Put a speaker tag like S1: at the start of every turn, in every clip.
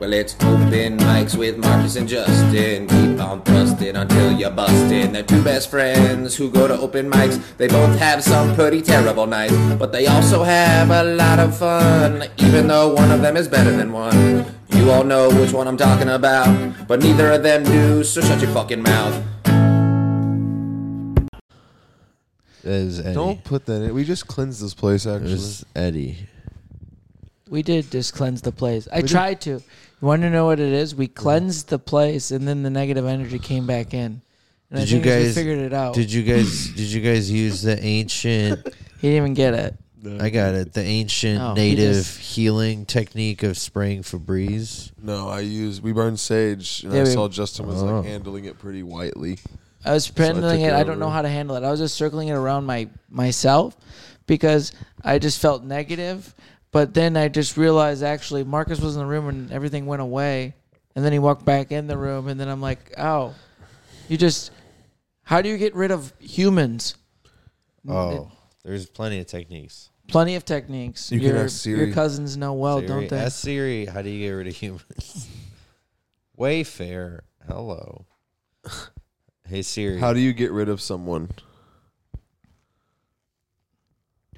S1: Well, it's open mics with Marcus and Justin. Keep on thrusting until you're busting. They're two best friends who go to open mics. They both have some pretty terrible nights, but they also have a lot of fun, even though one of them is better than one. You all know which one I'm talking about, but neither of them do, so shut your fucking mouth.
S2: Is Eddie.
S3: Don't put that in. We just cleansed this place, actually.
S2: Is Eddie.
S4: We did just cleanse the place. I tried to. You want to know what it is? We cleansed the place, and then the negative energy came back in. And I
S2: Did you
S4: think we
S2: guys
S4: figured it out?
S2: Did you guys did you guys use the ancient
S4: he didn't even get it.
S2: I got it. The ancient
S4: Oh, he
S2: native
S4: just-
S2: healing technique of spraying Febreze.
S3: no, I use. We burned sage, and
S4: Yeah,
S3: I
S4: we-
S3: saw Justin was
S2: Oh.
S3: like handling it pretty whitely.
S4: I was handling
S3: took it
S4: it. I don't know
S3: over.
S4: how to handle it. I was just circling it around my myself because I just felt negative. But then I just realized actually Marcus was in the room and everything went away. And then he walked back in the room and then I'm like, oh, you just how do you get rid of humans?
S2: Oh, there's plenty of techniques.
S4: Plenty of techniques.
S3: You can
S4: your,
S3: ask Siri.
S4: your cousins know well,
S2: Siri,
S4: Oh, don't they?
S2: Ask Siri, how do you get rid of humans? Wayfair, hello. hey Siri,
S3: How do you get rid of someone?
S4: Do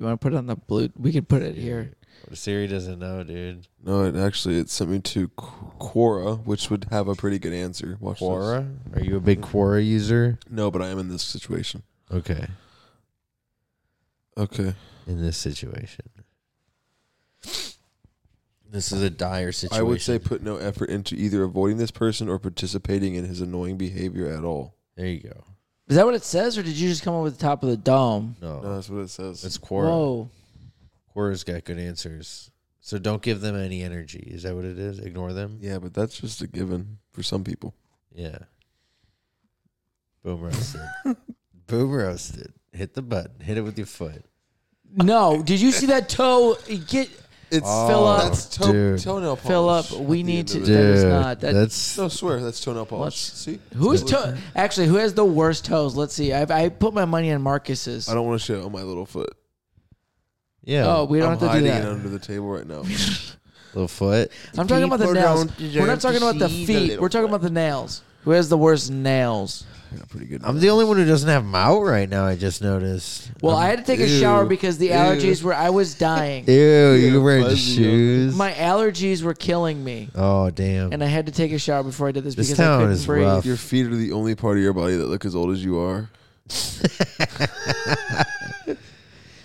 S4: you want to put it on the blue? We could put it here.
S2: Siri doesn't know, dude.
S3: No, it actually it sent me to Qu- Quora, which would have a pretty good answer. Watch this.
S2: Quora, are you a big Quora user?
S3: No, but I am in this situation.
S2: Okay,
S3: Okay,
S2: in this situation, this is a dire situation.
S3: I would say put no effort into either avoiding this person or participating in his annoying behavior at all.
S2: there you go.
S4: Is that what it says, or did you just come up with the top of the dome?
S2: No,
S3: No, that's what it says.
S2: Oh. it's Quora.
S4: Whoa.
S2: Quora's got good answers, so don't give them any energy. Is that what it is? Ignore them.
S3: yeah, but that's just a given for some people.
S2: Yeah. Boom roasted. Boom roasted. Hit the button. Hit it with your foot.
S4: No, did you see that toe? Get
S3: It's
S2: Oh,
S4: Fill up.
S3: that's toe,
S2: dude.
S3: toenail polish.
S4: Fill up.
S3: at
S4: We
S3: the
S4: need
S3: end
S4: to.
S3: of
S4: That
S3: it.
S4: is
S2: Dude,
S4: not. That,
S2: That's
S3: No, swear, that's toenail polish. See,
S4: who's toe? Actually, who has the worst toes? Let's see. I, I put my money on Marcus's.
S3: I don't want to show my little foot.
S2: yeah.
S4: Oh, we don't
S3: I'm
S4: have to do
S3: hiding
S4: that.
S3: it under the table right now.
S2: little foot.
S4: I'm talking about the
S2: People
S4: nails.
S2: don't
S4: We're not
S2: deserve
S4: talking
S2: to
S4: about the
S2: see the
S4: feet.
S2: little
S4: We're talking about the nails. Who has the worst nails?
S3: I got pretty good.
S2: I'm the only one who doesn't have them out right now. I just noticed.
S4: Well,
S2: Um,
S4: I had to take a
S2: ew.
S4: shower because the
S2: Ew.
S4: allergies were. I was dying.
S2: Ew, you were wearing
S3: fuzzy.
S2: shoes.
S4: My allergies were killing me,
S2: oh damn.
S4: and I had to take a shower before I did this,
S2: This
S4: because
S2: town
S4: I couldn't
S2: is
S4: breathe.
S2: rough.
S3: Your feet are the only part of your body that look as old as you are.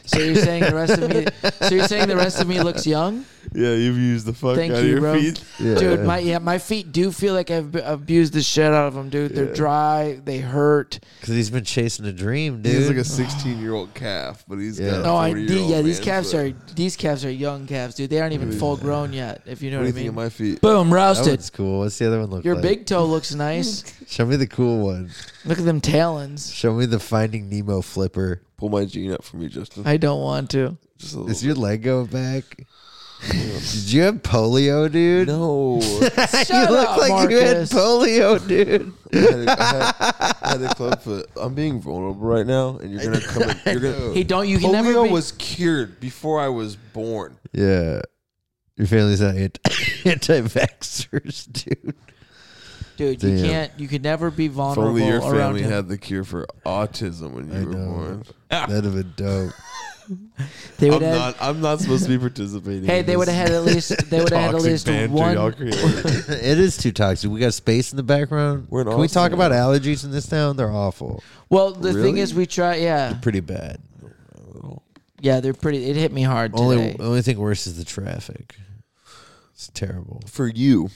S4: So you're saying the rest of me? So you're saying the rest of me looks young?
S3: Yeah, you've used the fuck
S4: Thank
S3: out
S4: you,
S3: of your
S4: bro.
S3: feet.
S4: dude. My yeah, my feet do feel like I've b- abused the shit out of them, dude. They're dry, they hurt.
S2: Because he's been chasing a dream,
S3: He
S2: dude.
S3: has like a 16 year old calf, but he's
S2: Yeah.
S3: got.
S4: No, I
S3: I
S4: the- yeah, these calves are these calves are young calves, dude. They aren't even full grown yet, if you know
S3: What do
S4: what,
S3: you
S4: I
S3: think
S4: mean.
S3: of my feet?
S4: Boom,
S2: that
S4: roasted.
S2: one's cool. What's the other one look
S4: Your
S2: like?
S4: big toe looks nice.
S2: Show me the cool one.
S4: Look at them talons.
S2: Show me the Finding Nemo flipper.
S3: Pull my jean up for me, Justin.
S4: I don't want to.
S3: Just a little.
S2: Is your leg going back? Did you have polio, dude?
S3: no, I
S4: Shut
S2: you look
S4: up,
S2: like you had
S4: Marcus.
S2: polio, dude.
S3: had, a, I had, I had a club foot. I'm being vulnerable right now, and you're gonna come. In, you're gonna.
S4: Hey, don't you can never
S3: Polio
S4: be,
S3: was cured before I was born.
S2: Yeah. Your family's not anti- anti-vaxxers, dude.
S4: dude. You
S2: Damn.
S4: can't. You could never be
S3: If
S4: vulnerable
S3: only your
S4: around
S3: family
S4: him.
S3: had the cure for autism when you
S2: I
S3: were
S2: know.
S3: born.
S2: That'd have been dope.
S4: they
S3: I'm
S4: would have.
S3: not. I'm not supposed to be participating.
S4: Hey,
S3: in
S4: they would
S3: this
S4: have had at least. They would have had at
S3: toxic
S4: least
S3: banter y'all
S4: one.
S3: created.
S2: it is too toxic. We got space in the background.
S3: We're in
S2: Can we
S3: Austin,
S2: talk
S3: yeah.
S2: about allergies in this town? They're awful.
S4: Well, the thing
S3: Really?
S4: is, we try. Yeah,
S2: Pretty bad.
S4: yeah, they're pretty. It hit me hard today.
S2: Only only thing worse is the traffic. It's terrible.
S3: for you.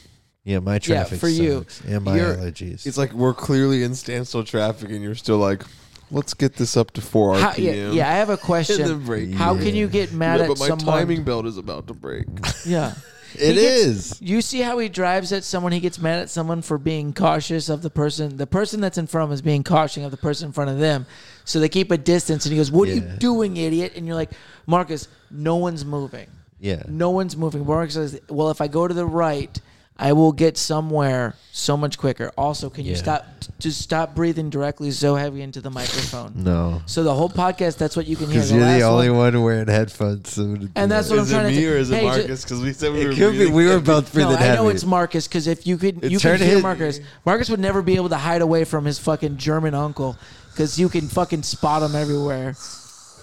S2: Yeah, my traffic
S4: for you.
S2: sucks. And my
S4: You're-
S2: allergies.
S3: It's like we're clearly in standstill traffic, and you're still like, let's get this up to four
S4: How-
S3: RPM.
S4: yeah, yeah, I have a question.
S3: In the break.
S4: How can you get mad
S3: No,
S4: at
S3: but my
S4: someone?
S3: timing belt is about to break.
S4: Yeah.
S2: it
S4: he gets-
S2: is.
S4: You see how he drives at someone? He gets mad at someone for being cautious of the person. The person that's in front of him is being cautious of the person in front of them. So they keep a distance, and he goes, "What are you
S2: Yeah.
S4: doing, idiot?" And you're like, "Marcus, no one's moving.
S2: Yeah.
S4: No one's moving." Marcus says, "Well, if I go to the right, I will get somewhere so much quicker." Also, can you
S2: Yeah.
S4: stop t- just stop breathing directly so heavy into the microphone.
S2: No.
S4: So the whole podcast, that's what you can hear.
S2: Because you're the
S4: last
S2: only
S4: one-
S2: one, wearing headphones. So
S4: And that's what I'm
S3: Is it
S4: trying to
S3: me
S4: say.
S3: or is it
S4: Hey, ju-
S3: Marcus? Because we said we were
S2: it could be.
S3: muted.
S2: We were both
S4: No,
S2: breathing
S4: I know
S2: heavy.
S4: it's Marcus because if you could,
S2: It's
S4: you could
S2: hard to
S4: hear
S2: hit.
S4: Marcus. Marcus would never be able to hide away from his fucking German uncle because you can fucking spot him everywhere.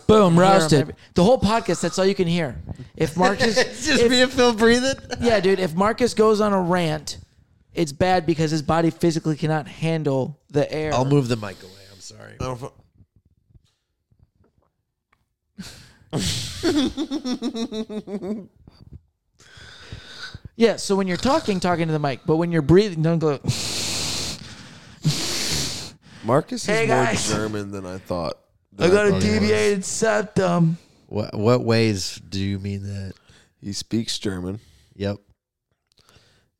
S5: Boom,
S4: Hear him
S5: roasted.
S4: every- the whole podcast. That's all you can hear. If Marcus,
S2: It's just
S4: if-
S2: me and Phil breathing.
S4: yeah, dude. If Marcus goes on a rant, it's bad because his body physically cannot handle the air.
S2: I'll move the mic away. I'm sorry.
S3: I
S4: Oh.
S3: don't fu-
S4: Yeah, so when you're talking, talking to the mic, but when you're breathing, don't go.
S3: Marcus
S4: Hey,
S3: is more
S4: guys.
S3: German than I thought.
S4: I got a
S2: probably was.
S4: deviated septum.
S2: What what ways do you mean that?
S3: He speaks German,
S2: Yep.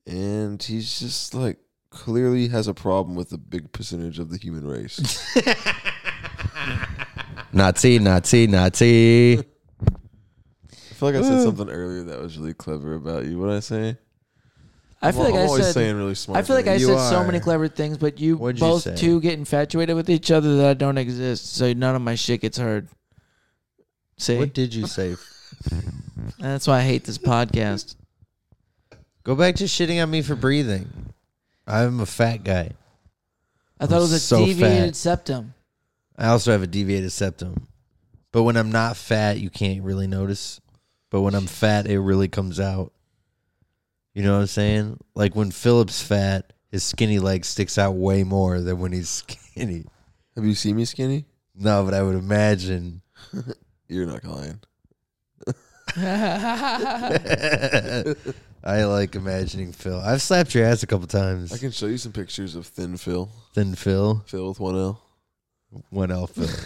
S3: and he's just like clearly has a problem with a big percentage of the human race.
S2: Nazi, Nazi, Nazi.
S3: I feel like I said something earlier that was really clever about you. What I say?
S4: I feel
S3: I'm,
S4: like
S3: I'm
S4: i
S3: always
S4: said.
S3: saying really smart.
S4: I feel like I
S2: You
S4: said so
S2: are.
S4: many clever things, but you
S2: What'd you
S4: both
S2: say?
S4: two get infatuated with each other that I don't exist, so none of my shit gets heard. See,
S2: What did you say?
S4: And that's why I hate this podcast.
S2: Go back to shitting on me for breathing. I'm a fat guy.
S4: I thought
S2: I'm
S4: it was a
S2: so
S4: deviated
S2: fat.
S4: septum.
S2: I also have a deviated septum. But when I'm not fat, you can't really notice. But when I'm fat, it really comes out. You know what I'm saying? Like when Philip's fat, his skinny leg sticks out way more than when he's skinny.
S3: Have you seen me skinny?
S2: No, but I would imagine.
S3: You're not lying.
S2: I like imagining Phil. I've slapped your ass a couple times.
S3: I can show you some pictures of thin Phil.
S2: Then Phil,
S3: Phil with one L.
S2: one L Phil.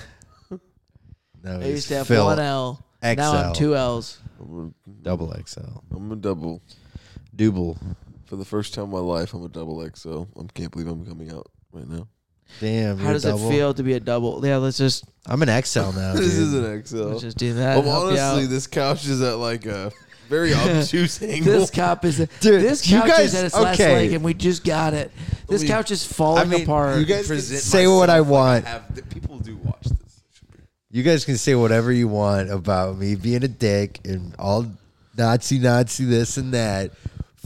S2: No,
S4: I used
S2: he's
S4: to have
S2: Phil
S4: one uh, L. Now I'm
S2: XL.
S4: two L's.
S3: I'm a,
S2: double XL,
S3: I'm a double.
S2: double.
S3: For the first time in my life, I'm a double XO. I can't believe I'm coming out right now.
S2: Damn,
S4: How
S2: you're
S4: does
S2: double.
S4: it feel to be a double? Yeah, let's just
S2: I'm an XL now.
S3: this
S2: dude.
S3: is an XO.
S4: let's just do that.
S3: Um,
S4: Help you out.
S3: honestly, this couch is at like a very obtuse angle.
S4: This cop is
S2: Dude,
S4: this
S2: you
S4: couch is
S2: guys-
S4: at its last
S2: okay.
S4: leg, and we just got it. This
S3: Believe-
S4: couch is falling apart.
S2: You guys can say what I want.
S3: people do watch this.
S2: you guys can say whatever you want about me being a dick and all Nazi Nazi this and that.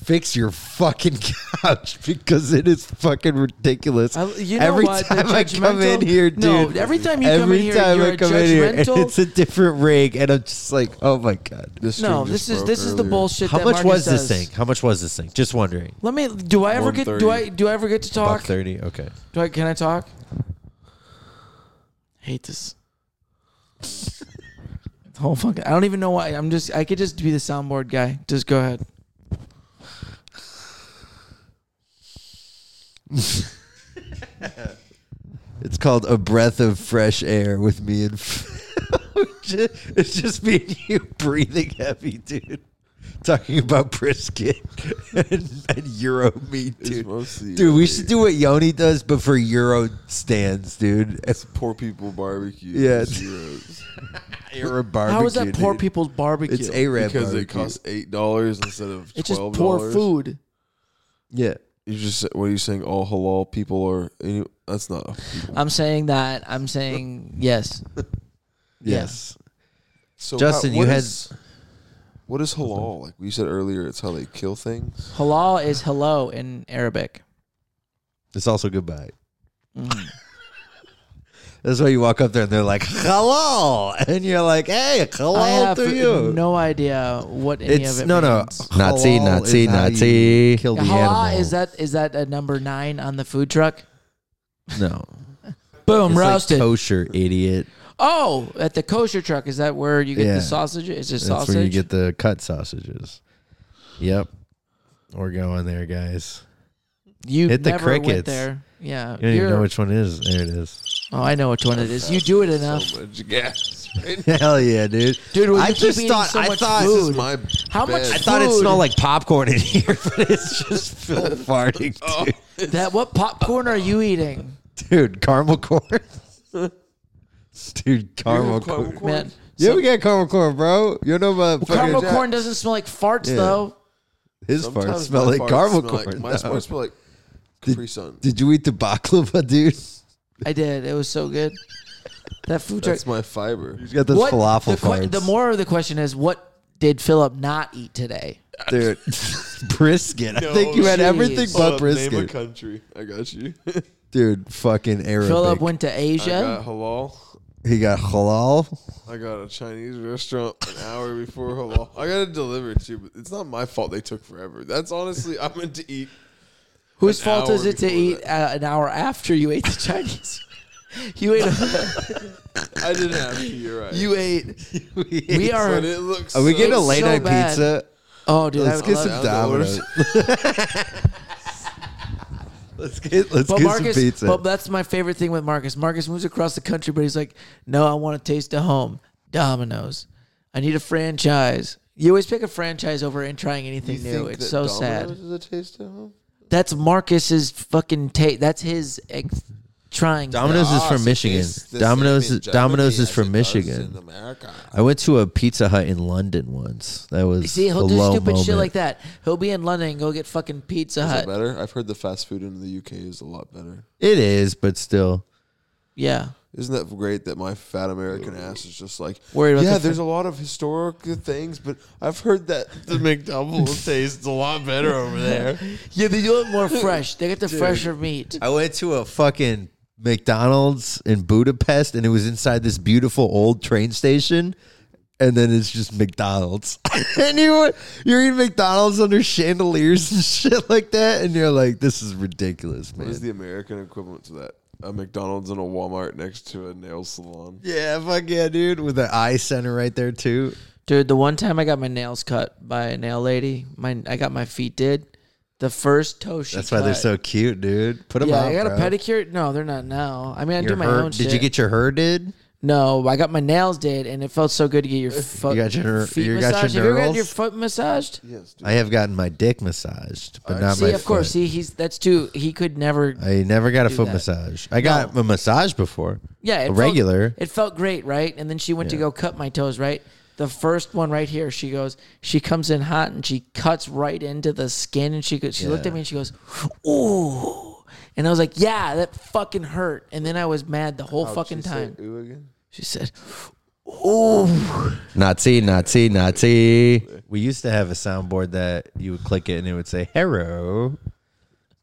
S2: Fix your fucking couch because it is fucking ridiculous.
S4: I- you know
S2: every
S4: what? The
S2: time I come in
S4: judgmental-
S2: here, dude.
S4: No, every time you come
S2: every
S4: in here,
S2: time
S4: you're
S2: I
S4: a
S2: come in here, and
S4: judgmental-
S2: it's a different rig, and I'm just like, oh my god.
S3: This
S4: no,
S3: stream just
S4: this is
S3: broke
S4: this is the
S3: earlier.
S4: bullshit.
S2: How
S4: that
S2: much
S4: Marcus
S2: was
S4: does.
S2: this thing? How much was this thing? Just wondering.
S4: Let me. Do I ever get? Do
S3: 130.
S4: I? Do I ever get to
S2: Buck
S4: talk?
S2: thirty. Okay.
S4: Do I? Can I talk? hate this. the whole fucking. I don't even know why. I'm just. I could just be the soundboard guy. Just go ahead.
S2: It's called a breath of fresh air with me and. Ju- it's just me and you breathing heavy, dude. Talking about brisket and, and Euro meat,
S3: It's
S2: dude.
S3: mostly
S2: Dude, we should do what Yoni does, but for Euro stands, dude. It's
S3: poor people barbecue.
S2: Yeah.
S3: It's zeros.
S2: Arab barbecue.
S4: How is that poor
S2: dude.
S4: people's barbecue?
S2: It's Arab
S3: because
S2: barbecue.
S3: it costs eight dollars instead of
S4: It's just
S3: twelve
S4: poor food.
S2: Yeah.
S3: You just what are you saying? All halal people are. Any, that's not.
S4: I'm saying that. I'm saying yes.
S2: Yes.
S3: So
S2: Justin,
S3: how- what
S2: you had-
S3: is- what is halal? Like we said earlier, it's how they kill things.
S4: Halal is hello in Arabic.
S2: It's also goodbye.
S4: Mm.
S2: That's why you walk up there and they're like, hello. And you're like, hey,
S4: I
S2: hello
S4: have
S2: to you.
S4: no idea what any
S2: it's
S4: of it
S2: no, no.
S4: means.
S2: Nazi,
S3: Halal
S2: Nazi,
S3: is how you
S2: Nazi. Kill
S4: Yeah, halal is that is that a number nine on the food truck?
S2: No.
S5: Boom,
S2: It's like
S5: roasted.
S2: kosher, idiot.
S4: Oh, at the kosher truck is that where you get
S2: Yeah.
S4: the sausage? Is it
S2: That's
S4: sausage?
S2: where you get the cut sausages. Yep. We're going there, guys.
S4: You
S2: hit the
S4: never went
S2: crickets.
S4: there. Yeah,
S2: You don't even
S4: you're-
S2: know which one it is. There it is.
S4: oh, I know which one it is. You do it enough,
S3: So much gas. Right?
S2: Hell yeah, dude.
S4: dude. When
S2: I
S4: you
S2: just
S4: keep eating
S2: thought-
S4: so
S2: I
S4: much
S2: thought-
S4: food,
S3: This is my.
S4: How much
S3: bed.
S2: I thought it
S4: Food.
S2: smelled like popcorn in here, but it's just Phil farting, dude.
S4: that what popcorn are you eating,
S2: Oh. Dude, caramel corn. dude, caramel
S3: caramel
S2: corn.
S3: corn?
S4: man?
S2: Yeah, we got caramel corn, bro. You know about fucking
S4: Caramel
S3: Jack.
S4: corn doesn't smell like farts
S2: Yeah.
S4: though.
S2: his
S3: Sometimes
S2: farts smell
S3: my
S2: like
S3: farts
S2: caramel
S3: smell like-
S2: corn.
S3: my
S2: though.
S3: farts smell like Capri Sun.
S2: Did you eat the baklava, dude?
S4: I did. It was so good. That food truck.
S3: That's my fiber.
S2: He's got those
S4: What-
S2: falafel
S4: the, que-
S2: cards.
S4: the moral of the question is, what did Philip not eat today?
S2: dude, brisket. I think you had
S4: Jeez.
S2: everything
S4: Hold
S2: but
S3: Hold up, Name a
S2: brisket,
S3: country. I got you.
S2: dude. Fucking Arabic.
S4: Philip went to
S3: I got
S4: Asia.
S3: halal.
S2: he got halal.
S3: I got a Chinese restaurant an hour before halal. I got it delivered too, but it's not my fault they took forever. That's honestly, I meant to eat.
S4: Whose
S3: an
S4: fault is
S3: hour
S4: it to
S3: before
S4: eat uh, an hour after you ate the Chinese? you ate.
S3: I didn't have to. You're right.
S4: you ate. We
S3: But
S4: are.
S3: it looks.
S2: Are we
S3: so
S2: getting a
S4: so
S2: late night
S4: bad.
S2: pizza?
S4: Oh, dude,
S2: Let's
S4: I
S2: get
S4: love
S2: some
S3: I have to order
S2: Domino's. let's get let's
S4: But
S2: get
S4: Marcus,
S2: some pizza.
S4: but that's my favorite thing with Marcus. Marcus moves across the country, but he's like, no, I want to taste a home. Domino's. I need a franchise. You always pick a franchise over and trying anything new. It's so sad.
S3: Is a taste at home?
S4: That's Marcus's fucking taste. That's his ex- trying.
S2: Domino's is
S3: Ah,
S2: from
S3: so
S2: Michigan.
S3: it's the same
S2: Domino's
S3: in
S2: is, Domino's
S3: Germany
S2: is
S3: as
S2: from
S3: it does In
S2: Michigan.
S3: America.
S2: I went to a Pizza Hut in London once. That was
S4: See,
S2: a
S4: he'll do
S2: low
S4: stupid
S2: moment.
S4: shit like that. He'll be in London and go get fucking Pizza
S3: Is it
S4: Hut.
S3: better? I've heard the fast food in the UK is a lot better.
S2: It is, but still,
S4: Yeah.
S3: Isn't that great that my fat American ass is just like
S4: Worried about
S3: Yeah,
S4: the
S3: there's a lot of historical things, but I've heard that the McDouble tastes a lot better over there.
S4: Yeah, they do it more fresh. They get the fresher meat.
S2: I went to a fucking McDonald's in Budapest, and it was inside this beautiful old train station. And then it's just McDonald's, and you you're eating McDonald's under chandeliers and shit like that, and you're like, "This is ridiculous,
S3: What is
S2: man."
S3: the American equivalent to that? A McDonald's and a Walmart next to a nail salon.
S2: yeah, fuck yeah, dude, with the eye center right there too.
S4: Dude, the one time I got my nails cut by a nail lady, my I got my feet did. The first toe she
S2: That's why they're
S4: cut-
S2: so cute, dude. Put them
S4: Yeah,
S2: out.
S4: I got
S2: bro.
S4: a pedicure. No, they're not now. I mean, I
S2: Your
S4: do my
S2: hair-
S4: own.
S2: Did
S4: shit.
S2: you get your hair did?
S4: No, I got my nails did, and it felt so good to get your foot.
S2: You got your-
S4: feet
S2: you got your
S4: massaged. Have you ever gotten
S2: knurls?
S4: your foot massaged?
S3: Yes, dude.
S2: I have gotten my dick massaged, but not my
S4: See, of course.
S2: foot.
S4: See, he's that's too. He could never.
S2: I never got a foot
S4: that.
S2: massage. I got a massage before.
S4: yeah, it
S2: a
S4: felt-
S2: regular.
S4: it felt great, right? And then she went to go cut my toes, right? The first one right here, she goes. She comes in hot and she cuts right into the skin, and she goes. She looked at me and she goes, "Ooh," and I was like, "Yeah, that fucking hurt." And then I was mad the whole fucking time.
S3: Ooh again.
S4: She said, "Ooh."
S2: Nazi, Nazi, Nazi. We used to have a soundboard that you would click it and it would say "Hero,"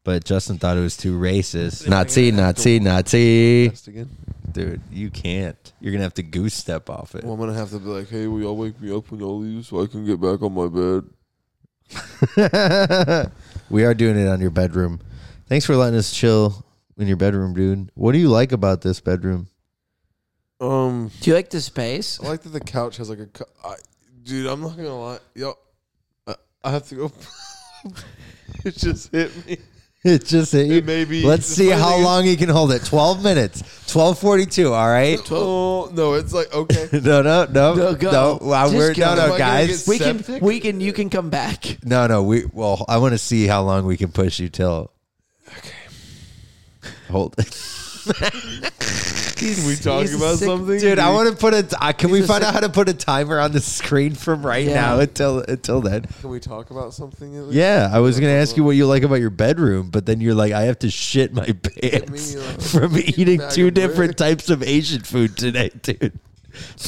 S2: but Justin thought it was too racist. Nazi, Nazi, Nazi.
S3: Test again.
S2: Dude, you can't. You're gonna have to goose step off it.
S3: Well, I'm gonna have to be like, hey, will y'all wake me up when y'all leave so I can get back on my bed?
S2: we are doing it on your bedroom. Thanks for letting us chill in your bedroom, dude. What do you like about this bedroom?
S3: Um,
S4: Do you like the space?
S3: I like that the couch has like a. Cu- I, dude, I'm not gonna lie, yo, I, I have to go. it just hit me.
S2: It just hit you.
S3: It may be-
S2: Let's
S3: the
S2: see
S3: funny
S2: how
S3: thing is-
S2: long he can hold it. Twelve minutes. Twelve forty-two. All right.
S3: Oh no, it's like okay.
S2: No, no, no,
S4: No,
S2: no.
S4: go.
S2: Wow,
S4: Just
S2: we're,
S4: go.
S2: no,
S4: Am I
S2: no,
S3: gonna
S2: guys.
S3: get
S4: We can,
S3: Septic?
S4: we can, you can come back.
S2: No, no. We well, I want to see how long we can push you till. Okay. Hold,
S3: Can we talk
S4: he's a
S3: about
S4: sick
S3: something,
S2: dude. I want to put a. t- I- can we
S4: He's a
S2: find
S4: sick-
S2: out how to put a timer on the screen from right
S4: Yeah.
S2: now until until then?
S3: Can we talk about something? At least?
S2: Yeah, I was gonna ask you what you like about your bedroom, but then you're like, I have to shit my pants
S3: me, uh,
S2: from eating
S3: bag
S2: two
S3: of
S2: different
S3: bricks.
S2: types of Asian food today, dude.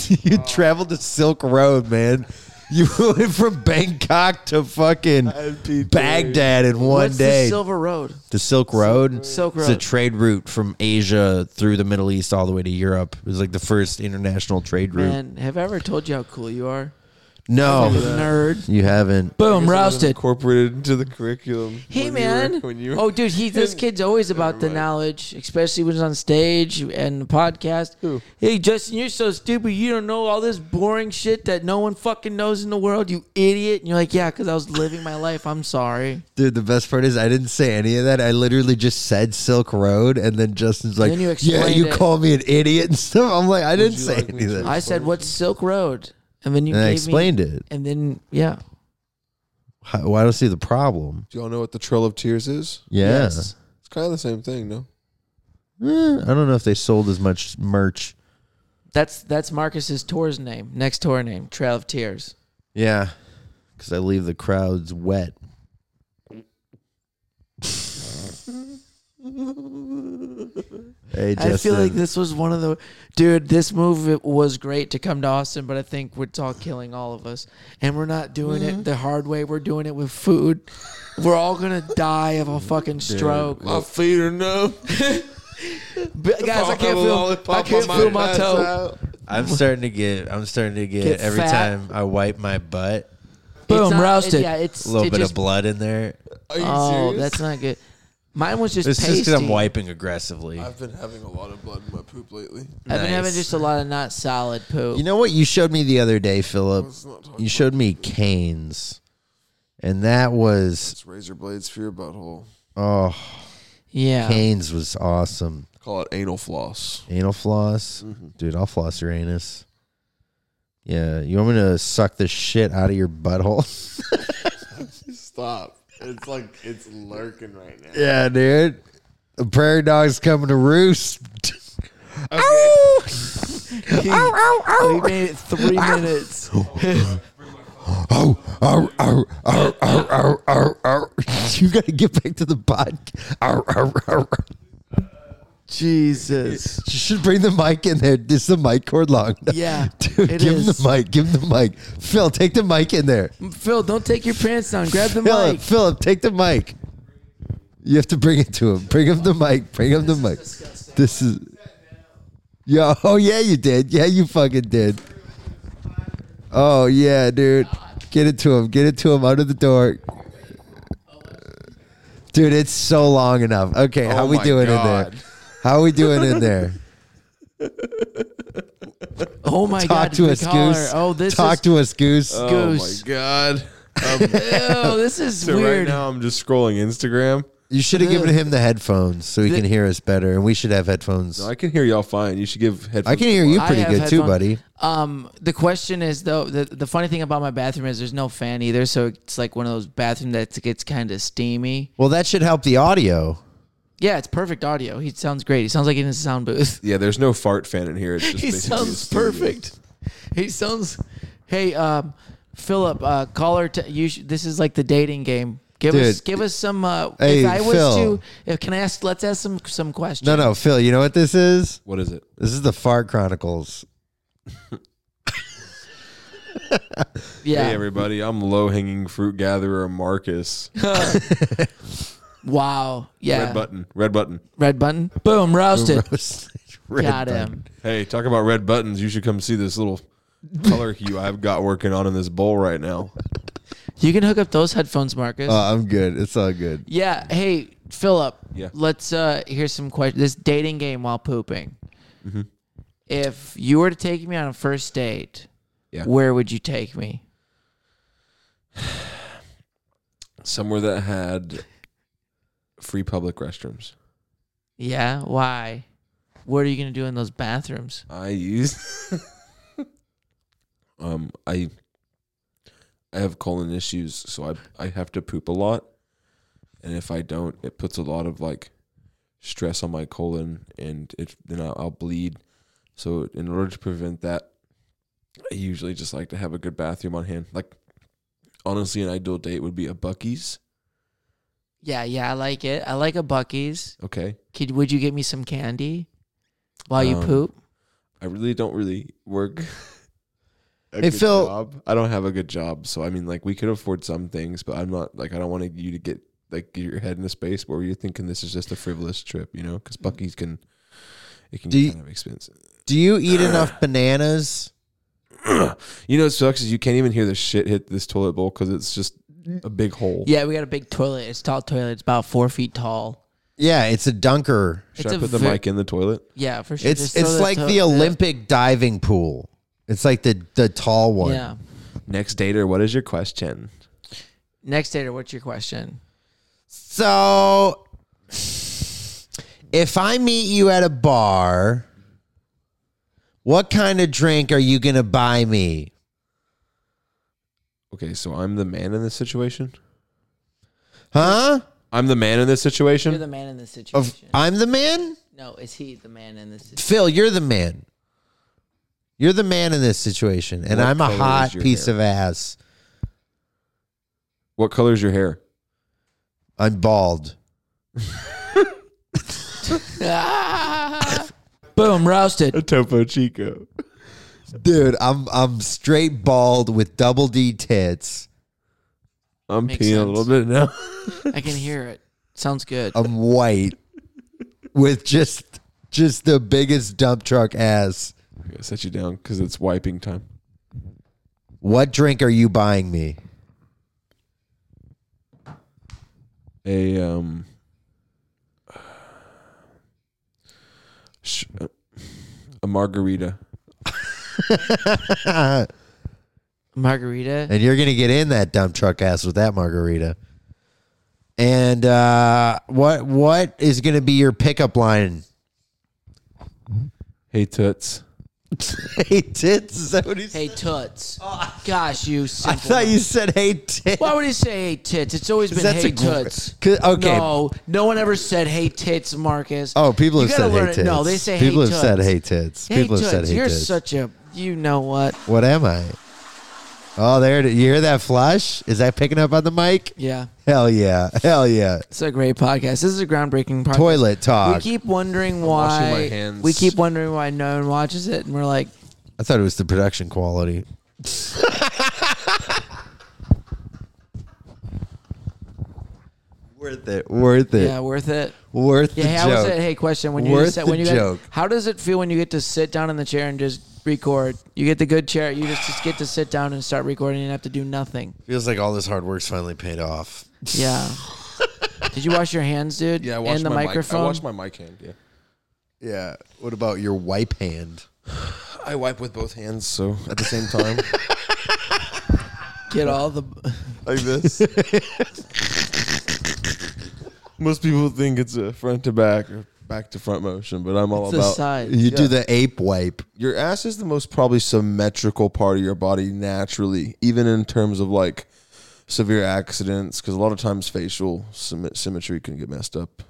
S2: you
S4: Uh,
S2: traveled to Silk Road, man. You went from Bangkok to fucking
S3: PTSD.
S2: Baghdad in one
S4: What's
S2: day.
S4: the Silver Road?
S2: The Silk Road.
S4: Silk
S2: It's a
S4: Road.
S2: trade route from Asia through the Middle East all the way to Europe. It was like the first international trade route. Oh.
S4: Man, have I ever told you how cool you are? You
S2: No,
S4: nerd.
S2: you haven't.
S5: Boom, roasted.
S3: Incorporated into the curriculum. when
S4: Hey
S3: you were-
S4: man!
S3: when you
S4: oh, dude, he this
S3: in-
S4: kid's always about
S3: Never
S4: the
S3: mind.
S4: knowledge, especially when he's on stage and the podcast.
S3: Who?
S4: Hey, Justin, you're so stupid. You don't know all this boring shit that no one fucking knows in the world. You idiot! And you're like, yeah, because I was living my life. I'm sorry.
S2: Dude, the best part is I didn't say any of that. I literally just said Silk Road, and then Justin's like,
S4: Then you
S2: "Yeah,
S4: explained
S2: you
S4: it.
S2: call me an idiot and stuff." I'm like, I didn't
S3: you
S2: say
S3: like me
S2: any of that.
S3: to-
S4: I said, "What's Silk Road?" And then you
S2: And I
S4: gave
S2: explained
S4: me,
S2: it.
S4: And then yeah,
S2: Why well, I don't see the problem.
S3: Do y'all know what the Trail of Tears is?
S2: Yeah,
S4: Yes.
S3: It's kind of the same thing, no?
S2: Eh, I don't know if they sold as much merch.
S4: That's that's Marcus's tour's name. Next tour name, Trail of Tears.
S2: Yeah, because I leave the crowds wet. Hey,
S4: I feel like
S2: Justin.
S4: this was one of the dude. This move it was great to come to Austin, but I think it's all killing all of us, and we're not doing
S2: Mm-hmm.
S4: it the hard way. We're doing it with food. We're all gonna die of
S2: Mm-hmm.
S4: a fucking stroke,
S3: My feet are numb.
S4: But guys. I
S3: Pop
S4: can't
S3: a
S4: feel.
S3: lollipop
S4: I can't
S3: on
S4: feel my
S3: ass
S4: toe.
S3: out.
S2: I'm starting to get. I'm starting to get,
S4: Get
S2: every
S4: fat.
S2: time I wipe my butt,
S4: Boom,
S5: not-
S4: roasted.
S5: yeah,
S4: it's
S2: a little bit of blood in there.
S3: Are you
S4: Oh,
S3: serious?
S4: that's not good. Mine was just
S2: It's just
S4: pasty.
S2: because I'm wiping aggressively.
S3: I've been having a lot of blood in my poop lately.
S4: I've been having
S2: Nice.
S4: just a lot of not solid poop.
S2: You know what you showed me the other day, Philip?
S3: Let's not talk
S2: You showed me canes, and that was
S3: It's razor blades for your butthole.
S2: oh,
S4: yeah.
S2: canes was awesome.
S3: Call it anal floss.
S2: Anal floss, dude. I'll floss your anus. Yeah, you want me to suck the shit out of your butthole?
S3: Stop. It's like it's lurking right now.
S2: yeah, dude. The prairie dog's coming to roost. Ow! Ow,
S4: We
S2: ow, ow.
S4: made it three minutes.
S2: Oh, ow, ow, ow, ow, ow, ow, ow. oh, You got to get back to the Oh, pod. Ow, ow, ow, ow.
S4: Jesus.
S2: You should bring the mic in there. Is the mic cord long? enough?
S4: Yeah,
S2: Dude,
S4: it
S2: give him
S4: is.
S2: the mic. Give him the mic. Phil, take the mic in there.
S4: Phil, don't take your pants down. Grab the
S2: Philip,
S4: mic.
S2: Philip, take the mic. You have to bring it to him. Bring him the mic. Bring him the mic. This is. Yo, oh yeah, you did. Yeah, you fucking did. Oh yeah, dude. Get it to him. Get it to him under the door. Dude, it's so long enough. Okay, how
S3: Oh
S2: we
S3: my
S2: doing in
S3: God.
S2: there? How we doing in there?
S4: Oh my
S2: Talk
S4: god.
S2: to
S4: the
S2: us,
S4: collar.
S2: goose.
S4: Oh, this
S2: Talk
S4: is
S2: to us, goose.
S4: goose.
S3: Oh my god. Um,
S4: Oh, this is
S3: so right
S4: weird.
S3: now I'm just scrolling Instagram.
S2: You should have given him the headphones so he
S4: The-
S2: can hear us better, and we should have headphones.
S3: No, I can hear y'all fine. You should give headphones.
S2: I can hear you
S4: I
S2: pretty
S4: have
S2: good too,
S4: headphones.
S2: buddy.
S4: Um, the question is though. The, the funny thing about my bathroom is there's no fan either, so it's like one of those bathrooms that gets kind of steamy.
S2: Well, that should help the audio.
S4: Yeah, it's perfect audio. He sounds great. He sounds like he's in a sound booth.
S3: Yeah, there's no fart fan in here. It's just
S4: he
S3: basically a
S4: sounds
S3: studio.
S4: perfect. He sounds. Hey, um, Philip, uh, caller, t- you. Sh- this is like the dating game. Give us,
S2: Dude.
S4: give us some. Uh,
S2: Hey,
S4: if I was
S2: Phil.
S4: to, if, can I ask? Let's ask some some questions.
S2: No, no, Phil. You know what this is?
S3: What is it?
S2: This is the Fart Chronicles.
S4: Yeah.
S3: Hey everybody, I'm low hanging fruit gatherer Marcus.
S4: wow. Yeah.
S3: Red button. Red button.
S4: Red button. Boom. Roasted.
S2: Red
S4: Got
S2: button.
S4: him.
S3: Hey, talk about red buttons. You should come see this little color hue I've got working on in this bowl right now.
S4: You can hook up those headphones, Marcus.
S3: Uh,
S2: Oh, I'm good. It's all good.
S4: yeah. Hey, Philip.
S3: Yeah.
S4: Let's uh hear some questions. This dating game while pooping.
S3: Mm-hmm.
S4: If you were to take me on a first date,
S3: Yeah.
S4: where would you take me?
S3: Somewhere that had free public restrooms.
S4: Yeah. Why? What are you gonna do in those bathrooms?
S3: I use um I I have colon issues, so I I have to poop a lot. And if I don't, it puts a lot of like stress on my colon and it then I'll, I'll bleed. So in order to prevent that, I usually just like to have a good bathroom on hand. Like honestly an ideal date would be a Bucky's.
S4: Yeah. Yeah. I like it. I like a Bucky's.
S3: Okay.
S4: Could would you get me some candy while you
S3: Um,
S4: poop?
S3: I really don't really work. a
S2: Hey,
S3: good
S2: Phil.
S3: job. I don't have a good job, so I mean, like, we could afford some things, but I'm not like I don't want you to get like get your head in a space where you're thinking this is just a frivolous trip, you know? Because Bucky's can it can
S2: Do
S3: get
S2: you-
S3: kind of expensive.
S2: Do you eat enough bananas?
S3: You know, what sucks is you can't even hear the shit hit this toilet bowl because it's just a big hole.
S4: Yeah, we got a big toilet. It's a tall toilet. It's about four feet tall.
S2: Yeah, it's a dunker.
S3: Should
S4: it's
S3: I
S4: a
S3: put the
S4: ve-
S3: mic in the toilet?
S4: Yeah, for sure.
S2: It's
S4: Just throw
S2: it's like
S4: to-
S2: the Olympic diving pool. It's like the the tall one.
S4: Yeah.
S3: Next dater, what is your question?
S4: Next dater, what's your question?
S2: So if I meet you at a bar, what kind of drink are you gonna buy me?
S3: Okay, so I'm the man in this situation.
S2: Huh?
S3: I'm the man in this
S4: You're
S3: situation.
S4: the man in this situation.
S2: Of I'm the man?
S4: no, is he the man in this situation?
S2: Phil, you're the man. You're the man in this situation, and
S3: What
S2: I'm a
S3: color is
S2: hot
S3: your
S2: piece
S3: hair?
S2: of ass.
S3: what color is your hair?
S2: I'm bald.
S5: Boom, roasted.
S3: A Topo Chico.
S2: Dude, I'm I'm straight bald with double D tits.
S3: I'm
S4: Makes
S3: peeing a
S4: sense.
S3: little bit now.
S4: I can hear it. Sounds good.
S2: I'm white with just just the biggest dump truck ass.
S3: I gotta set you down because it's wiping time.
S2: What drink are you buying me?
S3: A um. sh- uh, A margarita.
S4: Margarita.
S2: And you're gonna get in that dump truck ass with that margarita. And uh, what what is gonna be your pickup line?
S3: Hey toots.
S2: hey tits, is that what he said?
S4: Hey toots. Gosh, you. Simple.
S2: I thought you said hey tits.
S4: Why would he say hey tits? It's always been
S2: That's
S4: hey
S2: a gr-
S4: toots.
S2: 'Cause- okay.
S4: No, no one ever said hey tits, Marcus.
S2: Oh, people
S4: You
S2: have said
S4: gotta
S2: hey
S4: learn
S2: tits.
S4: it. No, they say
S2: people
S4: hey
S2: have said
S4: toots.
S2: hey tits.
S4: Hey
S2: people
S4: toots.
S2: have said hey
S4: You're
S2: tits.
S4: such a. You know what?
S2: what am I? Oh, there it is. You hear that flush? Is that picking up on the mic?
S4: Yeah,
S2: Hell yeah. Hell yeah.
S4: it's a great podcast. This is a groundbreaking podcast.
S2: Toilet talk.
S4: We keep wondering
S3: washing my
S4: why.
S3: hands.
S4: We keep wondering why no one watches it, and we're like,
S2: I thought it was the production quality. worth it. Worth it.
S4: yeah, worth it.
S2: Worth
S4: Yeah,
S2: the
S4: how was
S2: joke.
S4: it? Hey, question. When you
S2: Worth
S4: sit,
S2: the
S4: when you get-
S2: joke.
S4: how does it feel when you get to sit down in the chair and just record? You get the good chair. You just, just get to sit down and start recording and have to do nothing.
S2: Feels like all this hard work's finally paid off.
S4: Yeah. Did you wash your hands, dude? and the microphone.
S3: I watched my mic hand. Yeah.
S2: Yeah. What about your wipe hand?
S3: I wipe with both hands, so at the same time.
S4: Get all the.
S3: like this. Most people think it's a front to back or back to front motion, but I'm all
S4: It's the
S3: about
S4: side.
S2: You do the ape wipe.
S3: your ass is the most probably symmetrical part of your body naturally, even in terms of like severe accidents, because a lot of times facial sym- symmetry can get messed up.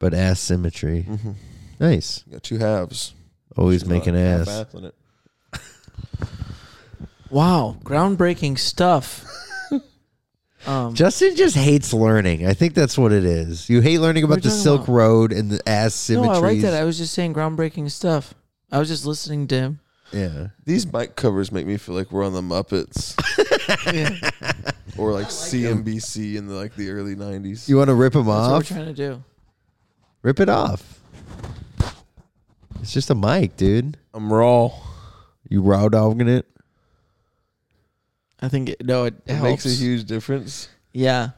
S2: But ass symmetry.
S3: Mm-hmm.
S2: Nice.
S3: You got two halves.
S2: Always
S3: She's
S2: making
S3: not
S2: ass.
S3: half-assing it.
S4: Wow, groundbreaking stuff. Um,
S2: Justin just hates learning. I think that's what it is. You hate learning
S4: What are
S2: about the
S4: you talking
S2: Silk
S4: about?
S2: Road and the ass
S4: no,
S2: symmetries.
S4: I like that. I was just saying groundbreaking stuff. I was just listening to him.
S2: yeah.
S3: These mic covers make me feel like we're on the Muppets or like, CNBC in the, like the early '90s.
S2: You want to rip them
S4: That's what we're
S2: off?
S4: trying to do.
S2: Rip it off. It's just a mic, dude.
S3: I'm raw.
S2: You raw dogging it.
S4: I think it, no, it,
S3: It
S4: helps.
S3: makes a huge difference.
S4: yeah,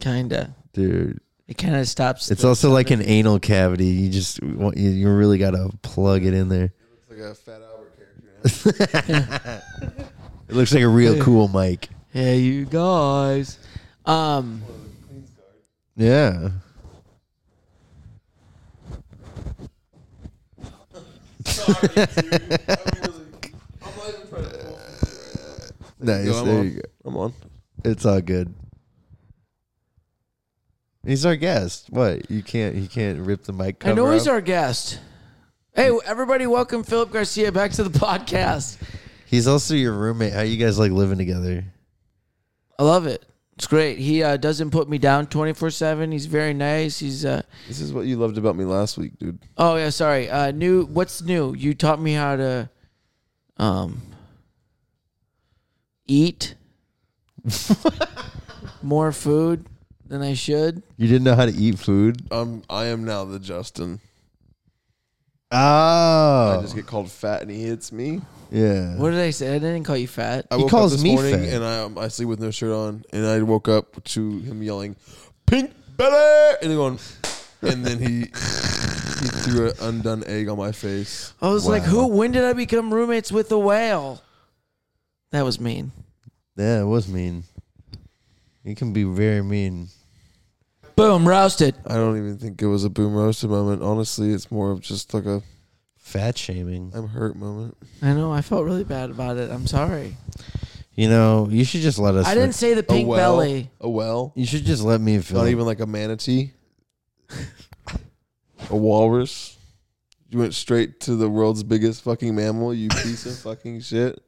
S4: kinda.
S2: Dude,
S4: It kind of stops.
S2: it's
S4: the-
S2: also like an anal cavity. You just want, you, you really gotta plug it in there.
S3: It's like a Fat Albert character.
S2: It looks like a real cool mic.
S4: hey, you guys. Um,
S2: Yeah. Nice.
S3: Yo, I'm
S2: there
S3: on.
S2: you go.
S3: I'm on.
S2: It's all good. He's our guest. What you can't you can't rip the mic cover.
S4: I know he's
S2: off?
S4: our guest. Hey, everybody, welcome Philip Garcia back to the podcast.
S2: He's also your roommate. How you guys like living together?
S4: I love it. It's great. He uh, doesn't put me down 24 7. He's very nice. He's, uh,
S3: This is what you loved about me last week, dude.
S4: oh, yeah, sorry. Uh, new, what's new? You taught me how to um, eat more food than I should.
S2: You didn't know how to eat food.
S3: Um, I am now the Justin. I
S2: Oh,
S3: just get called fat, and he hits me.
S2: yeah.
S4: What did I say? I didn't call you fat.
S3: I
S2: He
S3: woke
S2: calls
S3: up this
S2: me
S3: morning,
S2: fat.
S3: and I um, I sleep with no shirt on, and I woke up to him yelling, "Pink belly," and he going, and then he he threw an undone egg on my face.
S4: I was like,
S2: Wow.
S4: who? When did I become roommates with the whale? That was mean.
S2: Yeah, it was mean. It can be very mean.
S5: Boom, roasted.
S3: I don't even think it was a boom roasted moment. Honestly, it's more of just like a
S2: Fat shaming.
S3: I'm hurt moment.
S4: I know. I felt really bad about it. I'm sorry.
S2: You know, you should just let us.
S4: I didn't say the pink
S3: a well,
S4: belly.
S3: A well.
S2: You should just let me feel.
S3: Not even like a manatee. a walrus. You went straight to the world's biggest fucking mammal, you piece of fucking shit.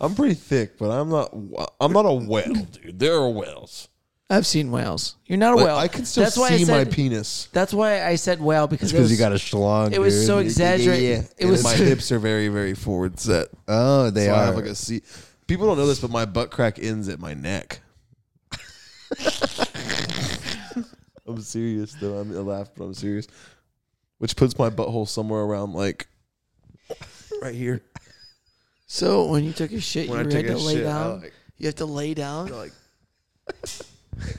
S3: I'm pretty thick, but I'm not I'm not a whale, dude. There are whales.
S4: I've seen whales. You're not a
S3: But
S4: whale.
S3: I can still
S4: that's why I
S3: see my
S4: said-
S3: penis.
S4: That's why I said whale
S2: It's
S4: because it was-
S2: because you got a schlong.
S4: it was
S2: dude.
S4: so
S2: You-
S4: exaggerated. It
S3: And
S4: was
S3: my hips are very, very forward set.
S2: Oh, they
S3: so I
S2: are.
S3: have like a C. People don't know this, but my butt crack ends at my neck. I'm serious though. I'm I laugh, but I'm serious. Which puts my butthole somewhere around like right here.
S4: so when you took a shit,
S3: When I
S4: you
S3: take
S4: had to
S3: a
S4: lay
S3: shit, I
S4: down.
S3: like-
S4: you have to lay down.
S3: Go like, like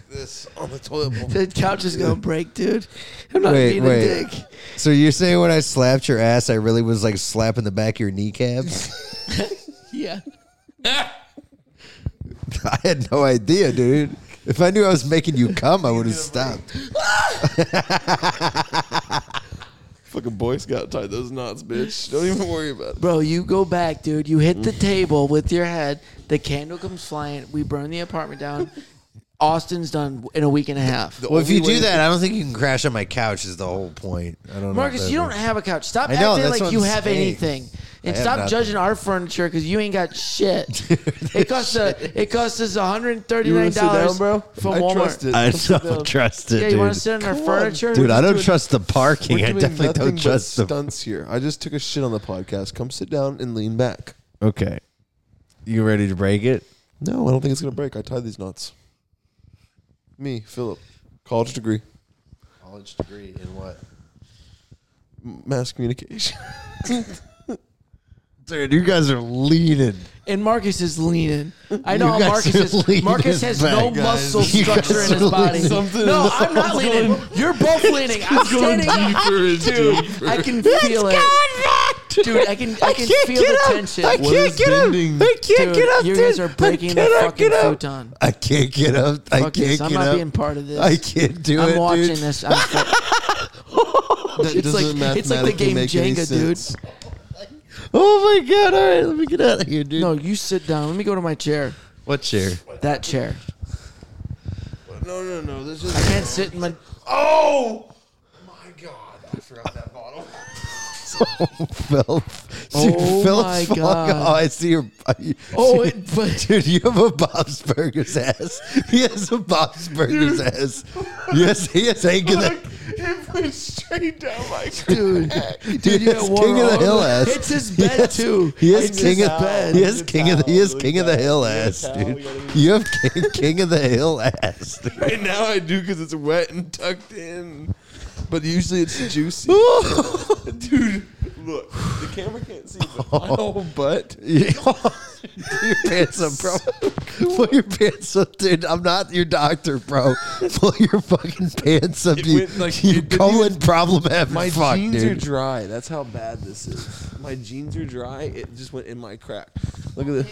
S3: this on the toilet bowl.
S4: The couch is gonna break, dude. I'm not
S2: Wait,
S4: being
S2: wait.
S4: a dick.
S2: so you're saying when I slapped your ass, I really was like slapping the back of your kneecaps?
S4: Yeah.
S2: I had no idea, dude. If I knew I was making you come, I would have stopped.
S3: Fucking Boy Scout tied those knots, bitch. Don't even worry about it.
S4: Bro, you go back, dude. You hit
S3: Mm.
S4: the table with your head. The candle comes flying. We burn the apartment down. Austin's done in a week and a half.
S3: The
S2: Well, if
S3: only
S2: you do
S3: way-
S2: that, I don't think you can crash on my couch. Is the whole point. I don't know. if
S4: Marcus,
S2: that
S4: you don't
S2: works.
S4: have a couch. Stop
S2: I know,
S4: acting
S2: that's
S4: like
S2: what
S4: you
S2: I'm
S4: have
S2: saying.
S4: anything. And
S2: I have
S4: stop
S2: nothing.
S4: judging our furniture because you ain't got shit. it costs a, it costs us one hundred and thirty
S3: You
S4: nine
S3: wanna sit
S4: dollars
S3: down,
S4: from
S3: bro? I
S4: Walmart.
S3: trust it.
S2: I don't trust it,
S4: yeah, you want to
S2: dude.
S4: sit on our
S3: Come on,
S4: furniture,
S2: Dude, I don't
S3: doing-
S2: trust the
S3: We're
S2: parking. I
S3: doing
S2: definitely
S3: nothing
S2: don't
S3: but
S2: trust the.
S3: stunts here. I just took a shit on the podcast. Come sit down and lean back.
S2: Okay, you ready to break it?
S3: No, I don't think it's gonna break. I tied these knots. Me, Philip, college degree,
S2: College degree in what?
S3: m- mass communication.
S2: Dude, you guys are leaning.
S4: and Marcus is leaning. I know
S2: You
S4: how
S2: guys
S4: Marcus
S2: are
S4: is.
S2: leaning
S4: Marcus has
S2: back,
S4: no
S2: guys.
S4: muscle
S2: You guys
S4: structure in
S2: are
S4: his body.
S2: leaning.
S4: No, I'm not leaning. You're both leaning. I'm standing up, dude. I can feel it, dude. I can. I can feel the tension.
S3: is get up. bending? I
S2: can't
S4: Dude, you guys are breaking the fucking futon.
S2: I can't get up. I
S4: Fuck this.
S2: can't
S4: I'm
S2: get
S4: not
S2: up.
S4: being part of this.
S2: I can't do it,
S4: I'm watching
S2: dude.
S4: this. I'm
S3: That
S4: It's like- it's like the game Jenga, dude.
S2: Oh my god! All right, let me get out of here, dude.
S4: no, you sit down. Let me go to my chair.
S2: What chair?
S4: That chair.
S3: No, no, no. This
S4: I
S3: is.
S4: can't sit in my.
S3: Oh my god! I forgot that bottle.
S2: Phil,
S4: Oh
S2: dude, Phil's
S4: my
S2: falling
S4: God.
S2: off. Oh, I see your. I,
S4: Oh, it, but
S2: dude, you have a Bob's Burgers ass. He has a Bob's Burgers ass. Yes, he is Hank of the,
S3: it went straight down my.
S4: dude.
S2: dude,
S4: you
S2: he has
S4: got
S2: King of
S4: water
S2: the
S4: on
S2: Hill
S4: it.
S2: ass.
S4: It's his bed, too.
S2: He is
S4: It's
S2: King
S4: his
S2: of
S4: bed.
S2: He is King of the, he is King of the Hill ass, dude. You have King, King of the Hill ass. dude.
S3: Right now I do because it's wet and tucked in, but usually it's juicy. dude, look, the camera can't see, but my whole butt.
S2: You- Put your pants up, bro. Pull your pants up, dude. I'm not your doctor, bro. Pull your fucking pants up,
S3: It
S2: you,
S3: went like-
S2: you
S3: it didn't
S2: colon
S3: even-
S2: problem having
S3: My
S2: fuck,
S3: jeans are
S2: dude.
S3: dry. That's how bad this is. My jeans are dry. It just went in my crack. Look at this.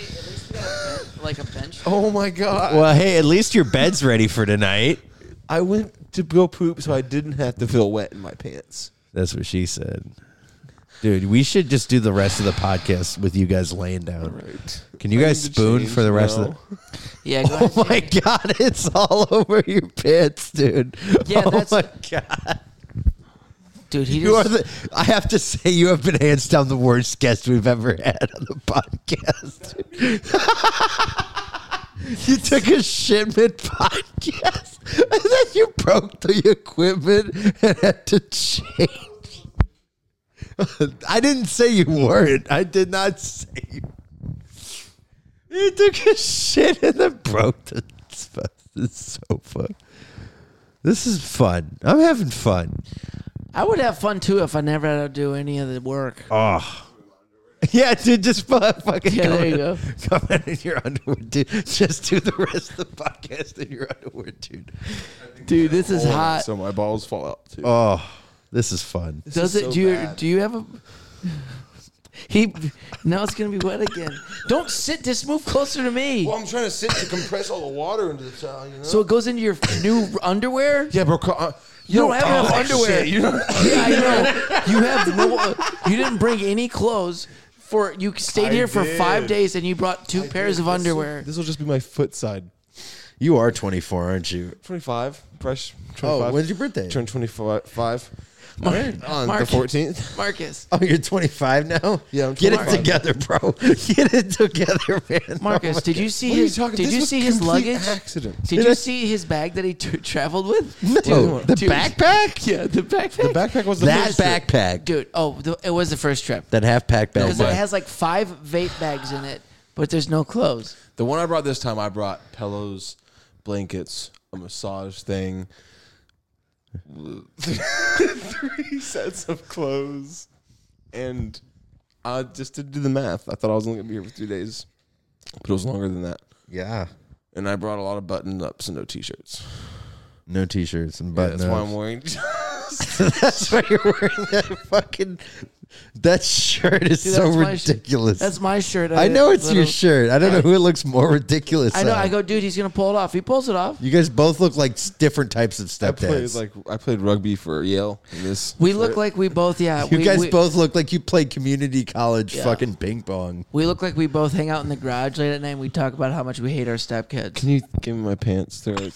S4: Like a bench.
S3: Oh my god.
S2: well, hey, at least your bed's ready for tonight.
S3: I went to go poop, so I didn't have to feel wet in my pants.
S2: That's what she said. Dude, we should just do the rest of the podcast with you guys laying down.
S3: Right.
S2: Can you
S3: I
S2: guys
S3: need to
S2: spoon
S3: change
S2: for the rest of
S3: now.
S2: the
S4: Yeah. Go ahead.
S2: Oh my god, it's all over your pants, dude.
S4: Yeah,
S2: oh
S4: that's-
S2: my god.
S4: dude. He
S2: You are
S4: just,
S2: the I have to say you have been hands down the worst guest we've ever had on the podcast. you took a shit mid podcast and then you broke the equipment and had to change. I didn't say you weren't. I did not say you. You took a shit and then broke the, the sofa. This is fun. I'm having fun.
S4: I would have fun too if I never had to do any of the work.
S2: Oh. Yeah, dude, just fu- fucking
S4: Yeah,
S2: come,
S4: there you
S2: in,
S4: go.
S2: come in in your underwear, dude. Just do the rest of the podcast in your underwear, dude.
S4: Dude, this is hot.
S3: Oh, So my balls fall out too.
S2: Oh, this is fun.
S3: is
S4: Does it?
S3: so
S4: do you
S3: bad.
S4: do you have a? He now it's gonna be wet again. Don't sit. Just move closer to me.
S3: Well, I'm trying to sit to compress all the water into the towel, you know.
S4: So it goes into your new underwear.
S3: yeah, bro. co- uh,
S4: You don't have enough underwear.
S3: You don't,
S4: Yeah, I know. You have no. You didn't bring any clothes. For you stayed here for five
S3: did.
S4: days and you brought two pairs of underwear.
S3: This will just be my foot side.
S2: You are 24, aren't you?
S3: 25, fresh. 25.
S2: Oh, when's your birthday?
S3: Turned 25 five, on
S4: Mark.
S3: the 14th.
S4: Marcus.
S2: oh, you're 25 now.
S3: Yeah, I'm
S2: get it
S3: 25.
S2: together, bro. Get it together, man.
S4: Marcus, did you see
S3: What are
S4: his?
S3: you talking-
S4: Did
S3: this
S4: you
S3: was
S4: see his
S3: complete
S4: luggage?
S3: accident.
S4: Did you see his bag that he t- traveled with?
S2: No, the backpack.
S4: Yeah, the backpack.
S3: The backpack was the
S2: That
S3: first trip.
S2: backpack,
S4: Dude, oh, the, it was the first trip
S2: that half pack backpack.
S4: because it has like five vape bags in it, but there's no clothes.
S3: The one I brought this time, I brought pillows, blankets, a massage thing, three sets of clothes, and I just did do the math. I thought I was only gonna be here for two days, but it was longer than that.
S2: yeah,
S3: And I brought a lot of button ups and no t-shirts.
S2: no t-shirts and
S3: Yeah,
S2: button
S3: that's why I'm wearing.
S2: That's why you're wearing that fucking. That shirt is
S4: Dude,
S2: so
S4: that's my shirt.
S2: ridiculous.
S4: That's my shirt.
S2: I know it's your
S4: little-
S2: shirt. I don't know who it looks more ridiculous.
S4: I know.
S2: on.
S4: I go, dude, he's gonna pull it off. He pulls it off.
S2: You guys both look like s- different types of
S3: I played
S2: stepdads.
S3: like I played rugby for Yale. In this,
S4: We look like we both. Yeah,
S2: you
S4: we,
S2: guys
S4: we,
S2: both look like you played community college
S4: Yeah.
S2: fucking ping pong.
S4: We look like we both hang out in the garage late at night. and We talk about how much we hate our stepkids.
S3: Can you give me my pants? They're like-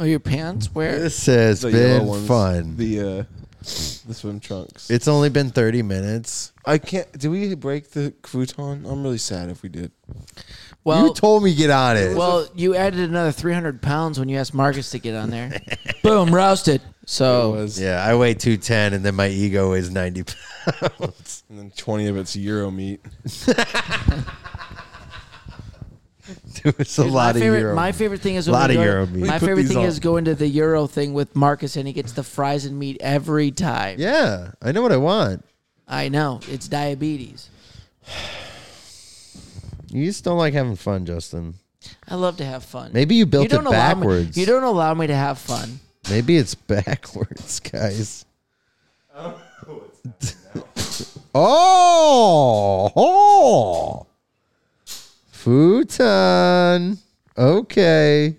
S4: Oh, your pants? Where?
S2: This has
S3: the yellow
S2: been
S3: ones,
S2: fun.
S3: The uh, the swim trunks.
S2: it's only been 30 minutes.
S3: I can't. Did we break the crouton? I'm really sad if we did.
S4: Well,
S2: you told me get on it.
S4: well, you added another 300 pounds when you asked Marcus to get on there.
S6: Boom, roasted.
S4: So
S3: was.
S2: Oh, yeah, I weigh 210 and then my ego is 90 pounds.
S3: And then 20 of it's Euro meat.
S2: Dude, it's a
S4: Dude,
S2: lot
S4: my favorite,
S2: of euro.
S4: My favorite thing is when
S2: Lot
S4: we
S2: of
S4: go-
S2: Euro meat.
S4: My
S2: We
S4: favorite
S3: these
S4: thing
S3: on.
S4: is going to the Euro thing with Marcus, and he gets the fries and meat every time.
S2: yeah, I know what I want.
S4: I know it's diabetes.
S2: You just don't like having fun, Justin.
S4: I love to have fun.
S2: Maybe you built it
S4: allow me-
S2: backwards.
S4: you don't allow me to have fun.
S2: Maybe it's backwards, guys. oh, oh, futon. Okay,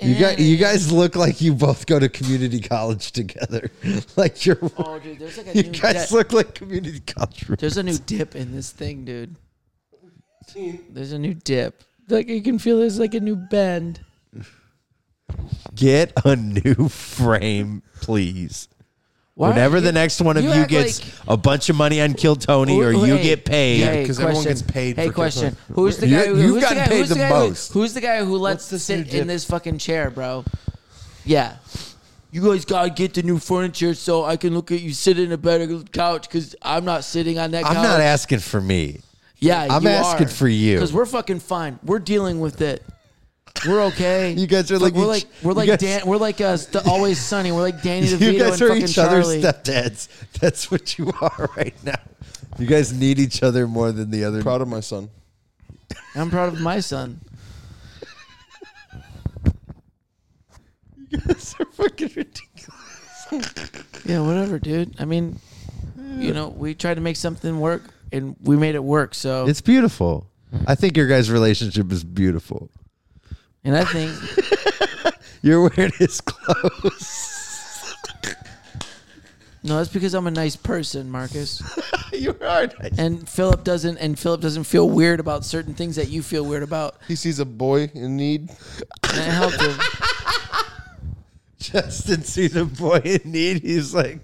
S2: you got you guys look like you both go to community college together. like you're,
S4: Oh, dude, there's like a
S2: you
S4: new
S2: guys
S4: dip.
S2: look like community college. room-
S4: There's a new dip in this thing, dude. There's a new dip. Like you can feel there's like a new bend.
S2: Get a new frame, please.
S4: Why are
S2: Whenever
S4: you-
S2: the next one of
S4: you
S2: you,
S4: act
S2: gets
S4: like-
S2: a bunch of money on Kill Tony or
S4: Who-
S2: you
S4: hey,
S2: get paid.
S4: hey,
S3: 'cause everyone
S4: question.
S3: gets paid
S4: Hey,
S3: for
S4: question:
S3: Christmas.
S4: Who's the
S2: You-
S4: guy? Who,
S2: you've
S4: who's the
S2: gotten
S4: guy,
S2: paid
S4: who's
S2: the
S4: guy who-
S2: most.
S4: who's the guy who lets us sit in this fucking chair, bro? Yeah. You guys gotta get the new furniture so I can look at you sit in a better couch because I'm not sitting on that.
S2: I'm
S4: couch.
S2: not asking for me.
S4: Yeah,
S2: I'm asking for you.
S4: because we're fucking fine. We're dealing with it. We're okay.
S2: You guys are like
S4: we're
S2: each-
S4: like we're
S2: you
S4: like
S2: guys-
S4: Dan, we're like uh, st- always sunny. We're like Danny DeVito
S2: You guys
S4: and
S2: are
S4: fucking
S2: each other's
S4: Charlie.
S2: stepdads. That's what you are right now. You guys need each other more than the other.
S3: Proud of my son.
S4: I'm proud of my son.
S2: You guys are fucking ridiculous.
S4: Yeah, whatever, dude. I mean, you know, we tried to make something work and we made it work. So,
S2: It's beautiful. I think your guys' relationship is beautiful.
S4: and I think
S2: You're wearing his clothes.
S4: no, that's because I'm a nice person, Marcus.
S2: you are nice.
S4: And Philip doesn't and Philip doesn't feel weird about certain things that you feel weird about.
S3: He sees a boy in need.
S4: And I helped him.
S2: Justin sees a boy in need. He's like,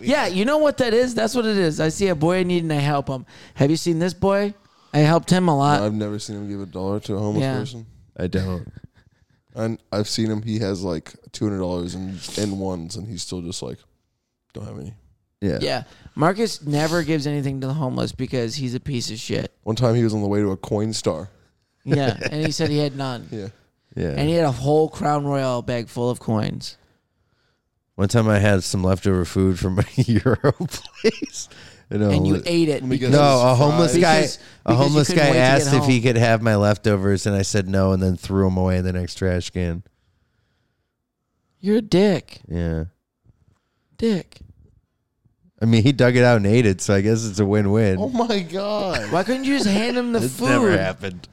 S4: Yeah, you know what that is? That's what it is. I see a boy in need and I help him. Have you seen this boy? I helped him a
S2: Oh,
S4: lot.
S3: I've never seen him give a dollar to a homeless
S4: Yeah.
S3: person.
S2: I don't.
S3: And I've seen him. He has like two hundred dollars in in ones, and he's still just like, don't have any.
S2: Yeah.
S4: yeah. Marcus never gives anything to the homeless because he's a piece of shit.
S3: One time he was on the way to a coin star.
S4: Yeah. and he said he had none.
S3: Yeah,
S2: Yeah.
S4: And he had a whole Crown Royal bag full of coins.
S2: One time I had some leftover food from my Euro place. And, a
S4: and you
S2: homeless-
S4: ate it.
S3: Let me
S4: because-
S3: guess.
S2: Oh, No, a homeless guy.
S4: Because-
S2: a
S4: because you
S2: homeless
S4: couldn't
S2: guy
S4: wait to get
S2: asked if he
S4: home.
S2: could have my leftovers, and I said no, and then threw them away in the next trash can.
S4: You're a dick.
S2: Yeah,
S4: Dick.
S2: I mean, he dug it out and ate it, so I guess it's a win-win.
S3: Oh my god.
S4: Why couldn't you just hand him the
S2: It's
S4: food?
S2: never happened.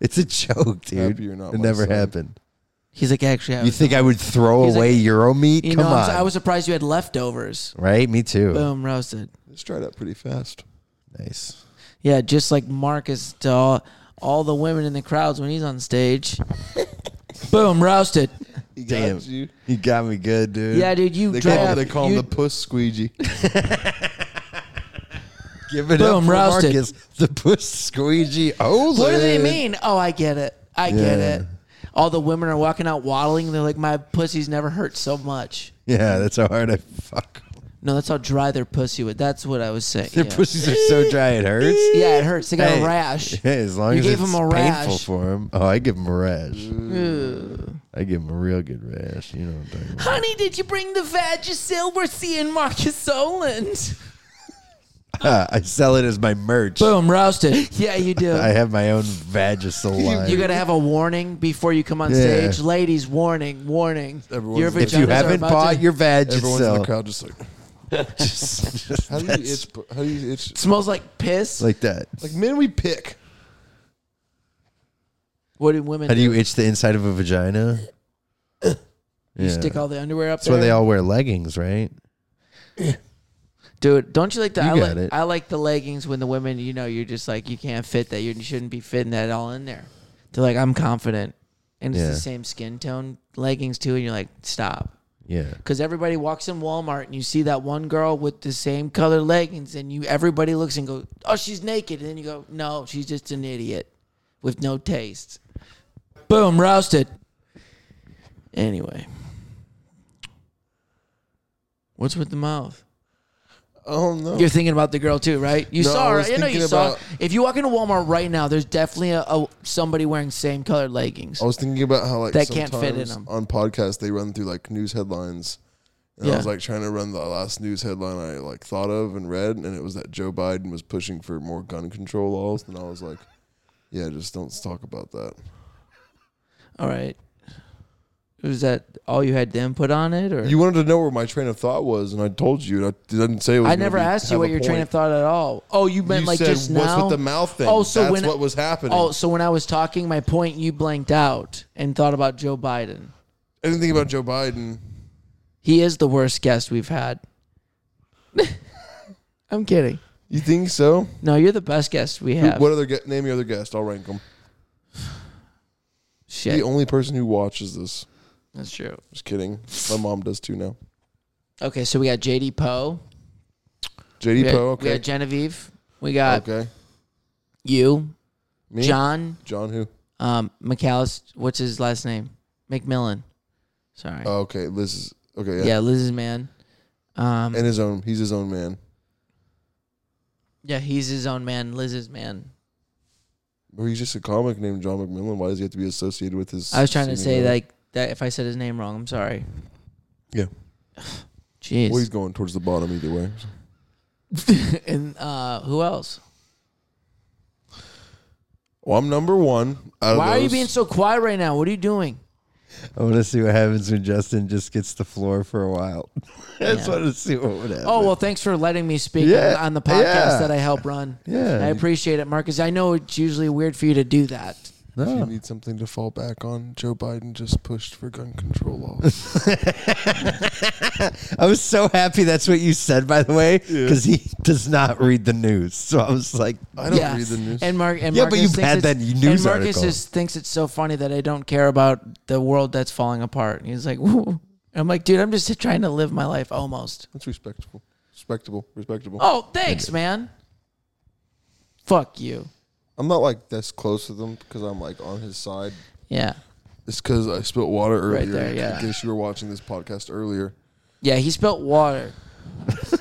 S2: It's a joke, dude.
S3: Happy you're not
S2: it
S3: my
S2: never
S3: son.
S2: happened.
S4: He's like, actually, I
S2: You
S4: was,
S2: think I would throw
S4: He's like-
S2: away Euro meat?
S4: you
S2: Come
S4: know, I'm
S2: on,
S4: so- I was surprised you had leftovers.
S2: right? Me too.
S4: Boom, roasted.
S3: It's dried up pretty fast.
S2: Nice.
S4: Yeah, just like Marcus to all, all the women in the crowds when he's on stage.
S7: Boom, roasted.
S3: He got
S2: Damn.
S3: you.
S2: You got me good, dude.
S4: Yeah, dude, you
S3: They call,
S4: grab.
S3: they call him
S4: you-
S3: the puss squeegee.
S2: Give it up
S7: Boom,
S2: for
S7: roasted.
S2: Marcus. The push squeegee. Oh,
S4: What do they mean? Oh, I get it. I get
S2: Yeah.
S4: it. All the women are walking out waddling. They're like, my pussy's never hurt so much.
S2: Yeah, that's how hard I fuck.
S4: No, that's how dry their pussy was. That's what I was saying.
S2: Their
S4: yeah.
S2: pussies are so dry it hurts.
S4: Yeah, it hurts. They got
S2: Hey.
S4: a rash.
S2: Yeah, as long
S4: You
S2: as
S4: gave
S2: it's
S4: him a
S2: painful
S4: rash.
S2: for him. Oh, I give him a rash.
S4: Ugh.
S2: I give him a real good rash. You know what I'm talking about.
S4: Honey, did you bring the Vagisil? We're seeing Marcus Solent.
S2: Ah, I sell it as my merch.
S7: Boom, roasted.
S4: Yeah, you do.
S2: I have my own vagisil line.
S4: you gotta have a warning before you come on
S2: Yeah.
S4: stage. Ladies, warning, warning.
S3: Everyone's-
S4: Your
S3: If
S2: if you
S4: vaginas are
S2: haven't
S4: about
S2: bought
S4: to-
S2: your
S3: Everyone's in the
S2: vagisil,
S3: crowd just like,
S2: just, just
S3: how do you
S2: that's-
S3: itch? pu- How do you itch?
S4: It smells like piss.
S2: like that.
S3: Like men, we pick.
S4: what do women
S2: How
S4: do?
S2: do you itch the inside of a vagina?
S4: You stick all the underwear up
S2: That's why
S4: there?
S2: they all wear leggings, right?
S4: Dude, don't you like the
S2: You
S4: I
S2: got
S4: like
S2: it.
S4: I like the leggings when the women, you know, you're just like you can't fit that you're, you shouldn't be fitting that all in there. They're like, I'm confident. And it's
S2: Yeah.
S4: the same skin tone leggings too, and you're like, stop.
S2: Yeah.
S4: Because everybody walks in Walmart and you see that one girl with the same color leggings, and you everybody looks and goes, "Oh, she's naked," and then you go, "No, she's just an idiot with no taste."
S7: Boom, roasted.
S4: Anyway, what's with the mouth?
S3: Oh no!
S4: You're thinking about the girl too, right? You
S3: No,
S4: saw
S3: I
S4: her.
S3: was
S4: I know you
S3: thinking
S4: saw.
S3: about-
S4: If you walk into Walmart right now, there's definitely a, a somebody wearing same colored leggings.
S3: I was thinking about how like
S4: That can't fit in
S3: sometimes
S4: 'em.
S3: on podcasts they run through like news headlines. And I
S4: Yeah.
S3: was like trying to run the last news headline I like thought of and read, and it was that Joe Biden was pushing for more gun control laws. And I was like, "Yeah, just don't talk about that."
S4: All right. Was that all you had to input on it, or
S3: You wanted to know where my train of thought was, and I told you. And I didn't say. It was
S4: I
S3: gonna
S4: never
S3: be-
S4: asked you
S3: have
S4: what
S3: a
S4: your train
S3: point.
S4: of thought at all. Oh, you meant
S3: you
S4: like
S3: said,
S4: just
S3: what's
S4: now.
S3: with the mouth thing?
S4: Oh, so
S3: That's
S4: when-
S3: what was happening.
S4: Oh, so when I was talking my point, you blanked out and thought about Joe Biden.
S3: I didn't think about Joe Biden.
S4: He is the worst guest we've had. I'm kidding.
S3: You think so?
S4: No, you're the best guest we
S3: Who-
S4: have.
S3: What other gue- name your other guest? I'll rank them. The
S4: Shit,
S3: only person who watches this.
S4: that's true.
S3: Just kidding. My mom does too now.
S4: Okay, so we got JD Poe.
S3: JD
S4: We got,
S3: Poe.
S4: we
S3: Okay.
S4: got Genevieve. We got
S3: okay.
S4: you,
S3: Me.
S4: John
S3: John who?
S4: um, McAllis- What's his last name? McMillan. Sorry.
S3: Oh, okay. Liz is okay. Yeah.
S4: yeah. Liz's man. Um,
S3: And his own. He's his own man.
S4: yeah, he's his own man. Liz's man.
S3: Or he's just a comic named John McMillan. Why does he have to be associated with his?
S4: I was trying to
S3: singing
S4: say
S3: brother?
S4: like that. If I said his name wrong, I'm sorry.
S3: Yeah.
S4: Jeez.
S3: Well, he's going towards the bottom either way.
S4: and uh, who else?
S3: Well, I'm number one. Out
S4: Why
S3: of
S4: are you
S3: those.
S4: being so quiet right now? What are you doing?
S2: I want to see what happens when Justin just gets the floor for a while. I just
S4: Yeah.
S2: want to see what would happen.
S4: Oh well, thanks for letting me speak
S2: Yeah,
S4: on, on the podcast
S2: yeah.
S4: that I help run.
S2: Yeah.
S4: I appreciate it, Marcus. I know it's usually weird for you to do that.
S3: If you
S2: No.
S3: need something to fall back on, Joe Biden just pushed for gun control laws.
S2: I was so happy that's what you said, by the way, because he does not read the news. So I was like,
S3: I don't
S4: yeah.
S3: read the news.
S4: And Mark and
S2: Yeah, but
S4: Marcus
S2: you've
S4: thinks
S2: had
S4: it's-
S2: that news
S4: and Marcus
S2: article.
S4: Is, thinks it's so funny that I don't care about the world that's falling apart. And he's like, Woo. I'm like, dude, I'm just trying to live my life almost.
S3: That's respectable. Respectable. Respectable.
S4: Oh, thanks, man. Fuck you.
S3: I'm not like this close to them because I'm like on his side.
S4: Yeah.
S3: It's because I spilt water earlier.
S4: Right there, yeah.
S3: In case you were watching this podcast earlier.
S4: Yeah, he spilt water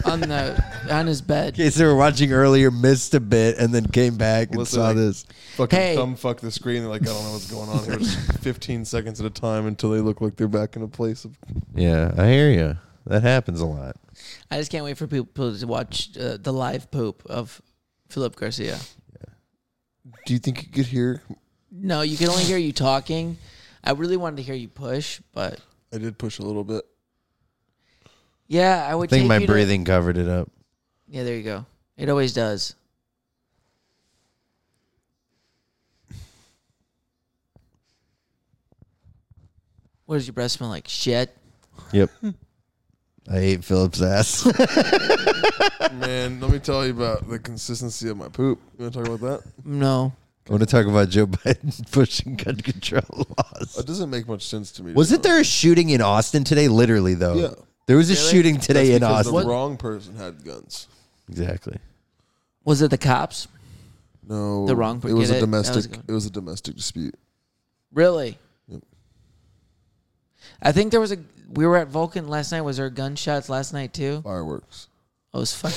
S4: on the on his bed.
S2: in case they were watching earlier, missed a bit, and then came back and
S3: Listen,
S2: saw
S3: like-
S2: this.
S3: Fucking
S4: Hey.
S3: thumb fuck the screen. They're like, I don't know what's going on here. It's 15 seconds at a time until they look like they're back in a place of.
S2: Yeah, I hear you. That happens a lot.
S4: I just can't wait for people to watch uh, the live poop of Philip Garcia.
S3: Do you think you could hear?
S4: No, you can only hear you talking. I really wanted to hear you push, but
S3: I did push a little bit.
S4: yeah, I
S2: I
S4: would
S2: think
S4: take
S2: my
S4: you to-
S2: breathing covered it up.
S4: Yeah, there you go. It always does. What does your breath smell like? Shit.
S2: Yep. I ate Philip's ass.
S3: Man, let me tell you about the consistency of my poop. You want to talk about that?
S4: No.
S2: I want to talk about Joe Biden pushing gun control laws.
S3: That doesn't make much sense to me. to be
S2: Wasn't there a shooting in Austin today? Literally, though.
S3: Yeah.
S2: There was a
S4: Really?
S2: shooting today
S3: That's
S2: in
S3: because
S2: Austin.
S3: The wrong person had guns.
S2: Exactly.
S4: Was it the cops?
S3: No,
S4: The wrong per-
S3: It was
S4: get
S3: a
S4: it? That was
S3: domestic.
S4: good.
S3: it was a domestic dispute.
S4: Really?
S3: Yep.
S4: I think there was a. We were at Vulcan last night. Was there gunshots last night too?
S3: Fireworks.
S4: Oh, it was fun.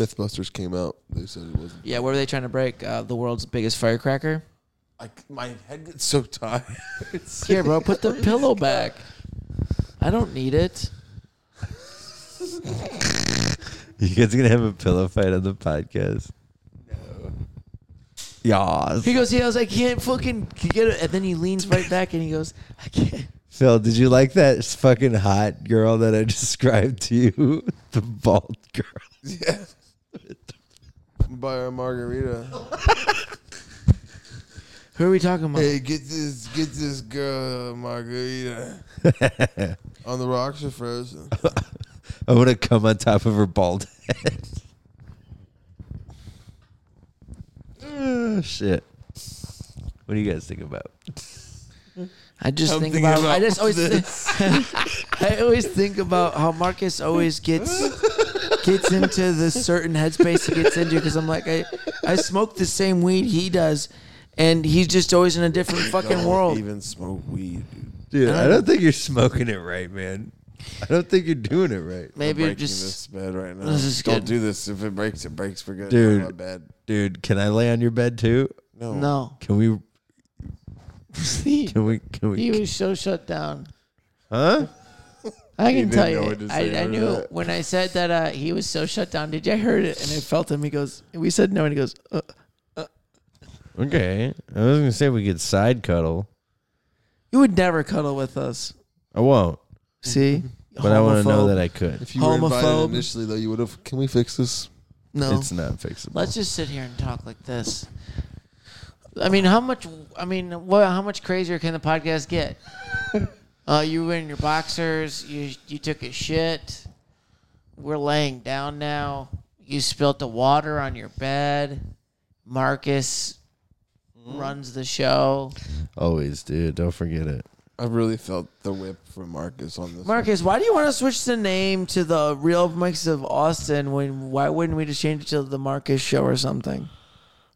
S3: MythBusters came out. They said it wasn't.
S4: Yeah, what were they trying to break? Uh, the world's biggest firecracker.
S3: I, my head gets so tired.
S4: Here, bro, put the pillow back. I don't need it.
S2: You guys are gonna have a pillow fight on the podcast. No.
S4: He
S2: Yas.
S4: goes, yeah, I was like, I can't fucking get it. And then he leans right back and he goes, I can't.
S2: Phil, did you like that fucking hot girl that I described to you? The bald girl.
S3: yeah. Buy her a margarita.
S4: Who are we talking about?
S3: Hey, get this, get this girl a margarita. On the rocks are frozen.
S2: I want to come on top of her bald head. oh, shit. What do you guys think about?
S4: I just
S3: I'm
S4: think
S3: thinking
S4: about, I
S3: about
S4: just always think, I always think about how Marcus always gets gets into the certain headspace he gets into because I'm like I I smoke the same weed he does and he's just always in a different fucking world.
S3: Even smoke weed, dude.
S2: Dude, I don't think you're smoking it right, man. I don't think you're doing it right.
S4: Maybe
S3: breaking
S4: it just
S3: this bed right now.
S4: This is
S3: Don't
S4: good.
S3: do this. If it breaks, it breaks for good.
S2: Dude.
S3: my bad.
S2: Dude, can I lay on your bed too?
S3: No.
S4: no.
S2: Can we
S4: he
S2: can we can we
S4: was so shut down.
S2: Huh?
S4: I
S3: He
S4: can
S3: didn't
S4: tell
S3: know what
S4: you.
S3: to say
S4: I, I
S3: after
S4: knew
S3: that.
S4: when I said that uh, he was so shut down. Did you hear it? And I felt him. He goes, "We said no," and he goes, uh,
S2: Okay. I was gonna say we could side cuddle.
S4: "You would never cuddle with us."
S2: I won't.
S4: See,
S2: But I wanna know
S4: Homophobe.
S2: that I could.
S3: If you were
S4: Homophobe.
S3: invited initially, though, you would have. Can we fix this?
S4: No.
S2: It's not fixable.
S4: Let's just sit here and talk like this. I mean, how much? I mean, what? How much crazier can the podcast get? uh, you were in your boxers. You you took a shit. We're laying down now. You spilt the water on your bed. Marcus runs the show.
S2: Always, dude. Don't forget it.
S3: I really felt the whip from Marcus on this.
S4: Marcus, why do you want to switch the name to the Real Mike's of Austin? When why wouldn't we just change it to the Marcus Show or something?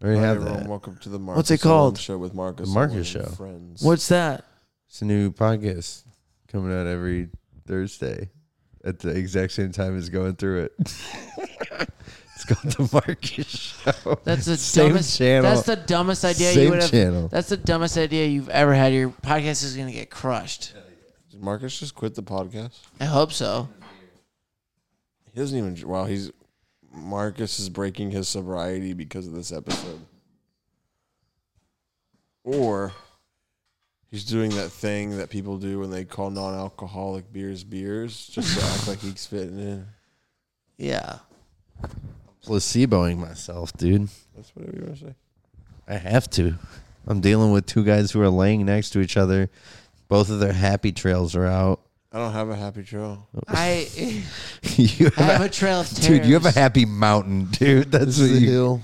S2: I already
S3: Hi,
S2: have
S3: everyone.
S2: that.
S3: Welcome to the Marcus
S4: What's it
S3: Allen
S4: called?
S3: Show with Marcus.
S2: The Marcus
S3: Allen
S2: Show.
S3: Friends.
S4: What's that?
S2: It's a new podcast coming out every Thursday at the exact same time as going through it. it's called the Marcus Show.
S4: That's the
S2: Same
S4: dumbest.
S2: channel.
S4: That's the dumbest idea you
S2: Same
S4: would have.
S2: channel.
S4: That's the dumbest idea you've ever had. Your podcast is gonna get crushed.
S3: Did Marcus just quit the podcast?
S4: I hope so.
S3: He doesn't even. Wow, he's Marcus is breaking his sobriety because of this episode, or he's doing that thing that people do when they call non-alcoholic beers beers, just to act like he's fitting in.
S4: Yeah.
S2: placeboing myself, dude.
S3: That's whatever you want to say.
S2: I have to. I'm dealing with two guys who are laying next to each other. Both of their happy trails are out.
S3: I don't have a happy trail.
S4: I,
S2: you
S4: I have
S2: have
S4: a trail of tears.
S2: dude, you have a happy mountain, dude. That's what
S3: This is a
S2: you
S3: hill.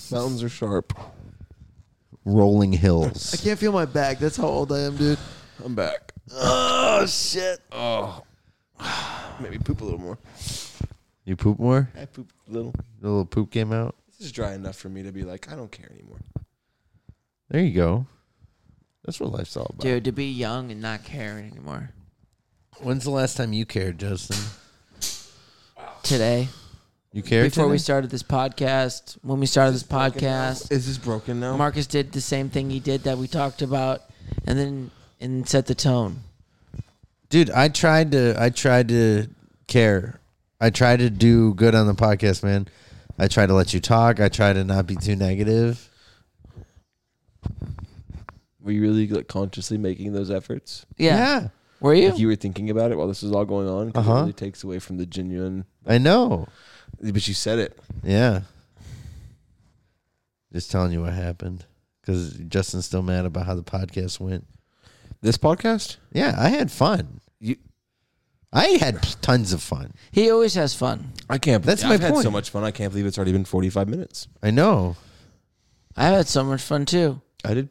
S3: Mountains are sharp.
S2: rolling hills.
S4: can't feel my back. That's how old I am, dude.
S3: I'm back.
S4: Oh shit.
S3: Oh, maybe poop a little more.
S2: You poop more?
S3: I pooped a little.
S2: The little poop came out.
S3: This is dry enough for me to be like, I don't care anymore.
S2: There you go. That's what life's all about.
S4: Dude, to be young and not care anymore.
S2: When's the last time you cared, Justin?
S4: Today,
S2: You cared
S4: before we
S2: today?
S4: started this podcast, when we started this podcast,
S3: Is this broken now?
S4: Marcus did the same thing he did that we talked about, and then and set the tone.
S2: dude i tried to i tried to care i tried to do good on the podcast man i tried to let you talk i tried to not be too negative
S8: Were you really like consciously making those efforts?
S4: Yeah. Were you?
S8: Like you were thinking about it while this was all going on. 'Cause
S2: Uh-huh.
S8: It really takes away from the genuine.
S2: i know
S3: but you said it.
S2: yeah just telling you what happened because justin's still mad about how the podcast went
S8: This podcast,
S2: yeah i had fun
S8: you
S2: I had p- tons of fun.
S4: He always has fun.
S3: I can't.
S2: That's
S3: I've
S2: my
S3: had so
S2: point.
S3: much fun. I can't believe it's already been forty five minutes.
S2: I know.
S4: I've had so much fun too.
S3: I did.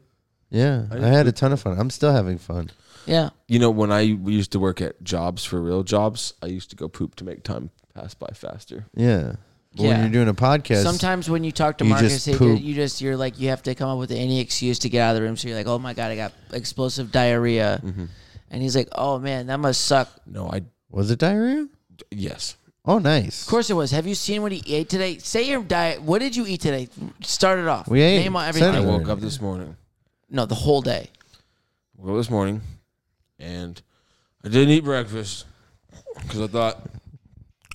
S2: Yeah, I, had a ton of fun. I'm still having fun.
S4: Yeah.
S3: You know, when I used to work at jobs for real jobs, I used to go poop to make time pass by faster.
S2: Yeah. But When
S4: Yeah.
S2: you're doing a podcast,
S4: Sometimes when you talk to
S2: You
S4: Marcus,
S2: just
S4: he
S2: poop.
S4: ju- you just you're like you have to come up with any excuse to get out of the room. So you're like, oh my god, I got explosive diarrhea,
S2: Mm-hmm.
S4: and he's like, oh man, that must suck.
S3: No, I
S2: was it diarrhea?
S3: yes.
S2: Oh, nice.
S4: Of course it was. Have you seen what he ate today? Say your diet. What did you eat today? Start it off.
S2: We ate
S4: Name out
S2: I
S3: I
S4: everything.
S2: Saturday.
S3: woke
S2: woke
S3: up
S2: up
S3: this morning.
S4: No, the whole day.
S3: Woke up this morning, and I didn't eat breakfast because I thought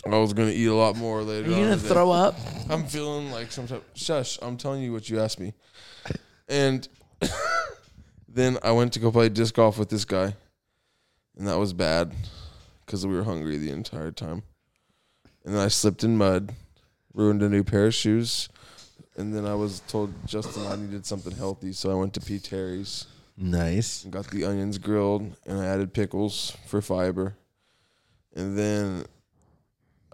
S3: I was gonna eat a lot more later.
S4: Are you
S3: on
S4: gonna
S3: today.
S4: throw up?
S3: I'm feeling like some type. Shush! I'm telling you what you asked me, and then I went to go play disc golf with this guy, and that was bad because we were hungry the entire time. And then I slipped in mud, ruined a new pair of shoes, and then I was told Justin I needed something healthy, so I went to P. Terry's
S2: Nice.
S3: and got the onions grilled, and I added pickles for fiber, and then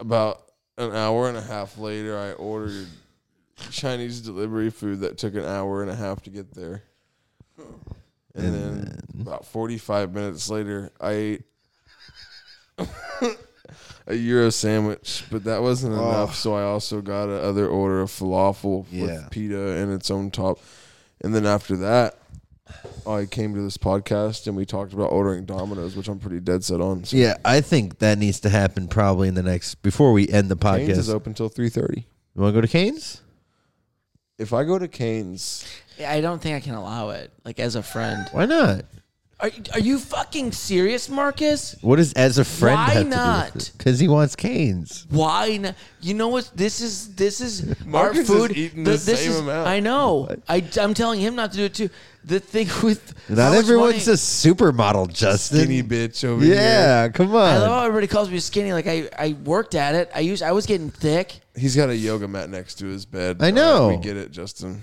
S3: about an hour and a half later, I ordered Chinese delivery food that took an hour and a half to get there. And,
S2: And
S3: then,
S2: then-
S3: about 45 minutes later, I ate a Euro sandwich, but that wasn't
S2: Oh.
S3: enough. So I also got another order of falafel
S2: Yeah.
S3: with pita and its own top. And then after that, I came to this podcast and we talked about ordering Domino's, which I'm pretty dead set on. So
S2: Yeah, I think that needs to happen probably in the next before we end the
S3: Canes
S2: podcast.
S3: is open till 3:30.
S2: You want to go to Canes?
S3: If I go to Canes,
S4: I don't think I can allow it. Like as a friend.
S2: Why not?
S4: Are are you fucking serious, Marcus?
S2: What does as a friend
S4: Why
S2: have to do
S4: not?
S2: with Because he wants Canes.
S4: Why not? You know what? This is this is
S3: Marcus
S4: our
S3: is
S4: food.
S3: eating
S4: Th-
S3: the
S4: this
S3: same
S4: is,
S3: amount.
S4: I know. I I'm telling him not to do it too. The thing with how
S2: Not
S4: much
S2: everyone's
S4: money-
S2: a supermodel, Justin.
S3: skinny bitch over here.
S2: yeah, come
S4: I love how
S2: on.
S4: everybody calls me skinny. Like I, I worked at it. I used I was getting thick.
S3: He's got a yoga mat next to his bed.
S2: I
S3: All right,
S2: know.
S3: we get it, Justin.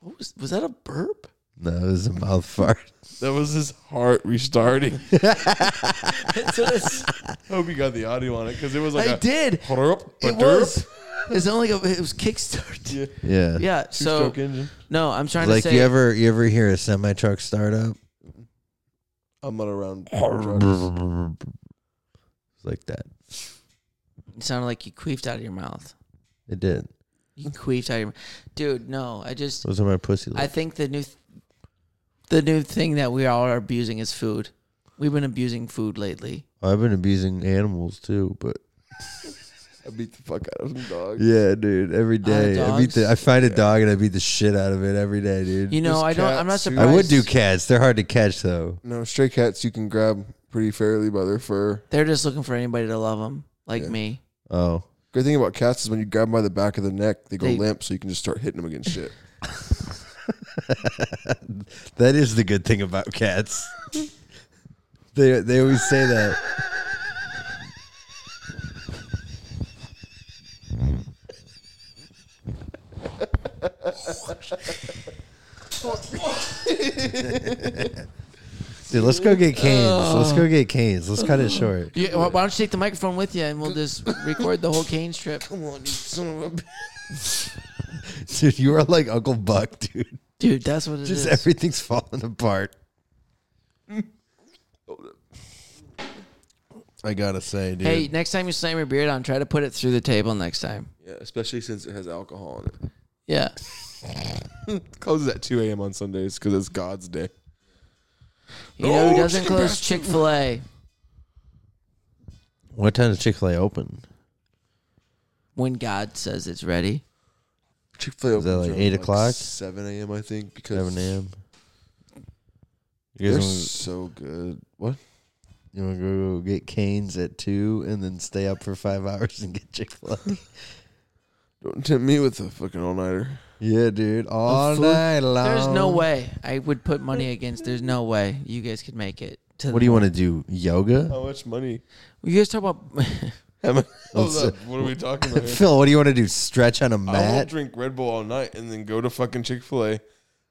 S4: What was was that a burp?
S2: No, it was a mouth fart.
S3: That was his heart restarting.
S4: That's what it's-
S3: I hope you got the audio on it because it was like
S4: I
S3: a
S4: did. It
S3: It
S4: was. It's only like a, it was kickstart. Yeah.
S2: Yeah.
S4: so
S3: engine.
S4: no, I'm trying
S2: Like
S4: to say.
S2: you ever you ever hear a semi truck start up?
S3: I'm not around. drugs.
S2: It's like that.
S4: it sounded like you queefed out of your mouth.
S2: It did.
S4: You queefed out of your mouth, dude. No, I just
S2: Those are my pussy lips.
S4: I think the new, th- the new thing that we all are abusing is food. We've been abusing food lately.
S2: oh, I've been abusing animals too, but
S3: I beat the fuck out of some dog.
S2: yeah, dude, every day I beat
S4: dogs?
S2: the I find a dog and I beat the shit out of it every day, dude.
S4: You know,
S3: Just
S4: I don't. I'm not
S3: cats, too.
S4: surprised.
S2: I would do cats. They're hard to catch though.
S3: No, stray cats you can grab pretty fairly by their fur.
S4: They're just looking for anybody to love them, like
S3: Yeah.
S4: me.
S2: Oh,
S3: Good thing about cats is when you grab them by the back of the neck, they go
S4: They-
S3: limp, so you can just start hitting them against shit.
S2: that is the good thing about cats. they they always say that. Dude, let's go get canes. Let's go get canes. Let's cut it short.
S4: Yeah, why why don't you take the microphone with you and we'll just record the whole Canes trip,
S3: Come on, you son of a bitch.
S2: Dude, you are like Uncle Buck, dude.
S4: dude? That's what it is.
S2: Just everything's falling apart. I gotta say, dude.
S4: hey, next time you slam your beard on, try to put it through the table next time.
S3: Yeah, especially since it has alcohol in it.
S4: Yeah,
S3: Closes at 2 a.m. on Sundays because it's God's day.
S4: you know who
S3: Oh,
S4: doesn't
S3: chicken
S4: close
S3: breast.
S4: Chick Fil A
S2: what time does Chick Fil A open?
S4: when God says it's ready.
S3: Chick Fil A
S2: Is that like 8 o'clock?
S3: Seven a.m. I think because
S2: Seven a.m. You
S3: They're
S2: guys
S3: so good. What?
S2: want to go get canes at two and then stay up for five hours and get Chick Fil A?
S3: Don't tempt me with a fucking all nighter.
S2: yeah, dude, all night long.
S4: There's no way I would put money against. There's no way you guys could make it. To
S2: What do you want to do? Yoga,
S3: How much money?
S4: You guys talk about
S3: How much, hold
S2: Let's-
S3: up. What are we talking about? Here?
S2: Phil? What do you want to do? Stretch on a
S3: I will
S2: mat?
S3: drink Red Bull all night and then go to fucking Chick Fil A,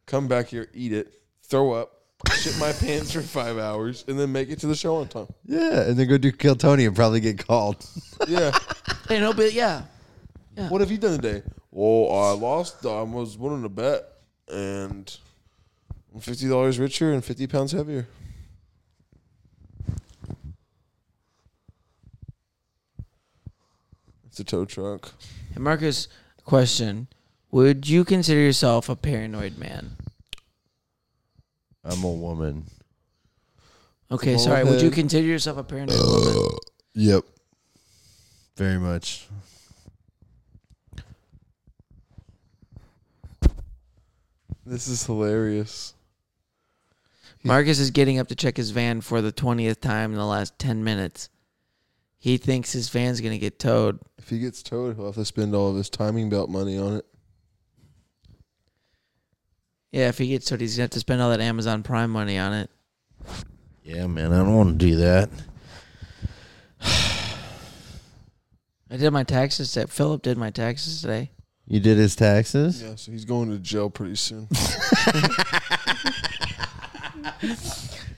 S3: come back here, eat it, throw up,
S9: shit my pants for five hours, and then make it to the show on time.
S2: Yeah, and then go do Kill Tony and probably get called.
S9: Yeah.
S4: And he'll be yeah.
S9: What have you done today? Well, I lost. I was winning a bet, and I'm fifty dollars richer and fifty pounds heavier. It's a tow truck.
S4: And Marcus, question: Would you consider yourself a paranoid man?
S2: I'm a woman.
S4: Okay, sorry. Would you consider yourself a paranoid woman?
S2: Yep. Very much.
S9: This is hilarious.
S4: Marcus is getting up to check his van for the twentieth time in the last ten minutes. He thinks his van's gonna get towed.
S9: If he gets towed, he'll have to spend all of his timing belt money on it.
S4: Yeah, if he gets towed, he's gonna have to spend all that Amazon Prime money on it.
S2: Yeah, man, I don't want to do that.
S4: I did my taxes today. Philip did my taxes today.
S2: You did his taxes?
S9: Yeah, so he's going to jail pretty soon.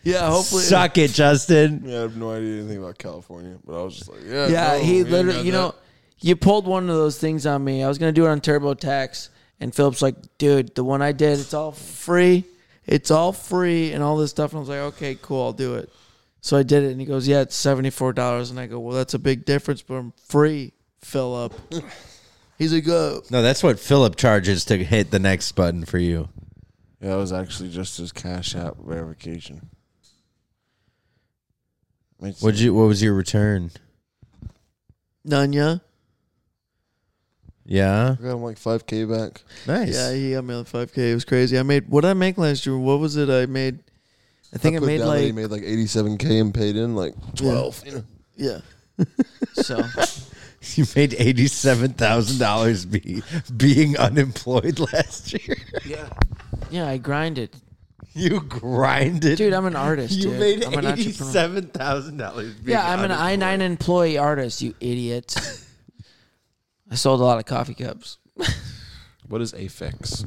S4: Yeah, hopefully.
S2: Suck it, Justin.
S9: yeah, I have no idea anything about California, but I was just like, yeah,
S4: Yeah,
S9: no,
S3: Oh,
S9: we
S4: he
S9: ain't
S4: literally,
S9: got
S4: you
S9: that.
S4: know, you pulled one of those things on me. I was going to do it on TurboTax, and Philip's like, dude, the one I did, it's all free. It's all free and all this stuff. And I was like, okay, cool, I'll do it. So I did it, and he goes, yeah, it's $74. And I go, well, that's a big difference, but I'm free, Philip. He's like, uh,
S2: No, that's what Philip charges to hit the next button for you.
S9: Yeah, that was actually just his Cash App verification. Makes-
S2: What you? What was your return?
S4: Nanya.
S2: Yeah,
S9: I got him like 5K back.
S2: nice.
S4: Yeah, he got me like 5K. It was crazy. I made, what did I make last year? What was it I made? I think I,
S9: put
S4: made
S9: down that he
S4: like,
S9: made like 87K and paid in like 12. You know?
S4: yeah. so.
S2: You made eighty-seven thousand dollars be being unemployed last year.
S4: Yeah, I grinded.
S2: You grinded,
S4: Dude, I'm an artist.
S2: You
S4: dude.
S2: made
S4: I'm an entrepreneur.
S2: eighty-seven thousand dollars.
S4: Yeah, I'm an I nine employee artist. You idiot. I sold a lot of coffee cups.
S3: What is Afex?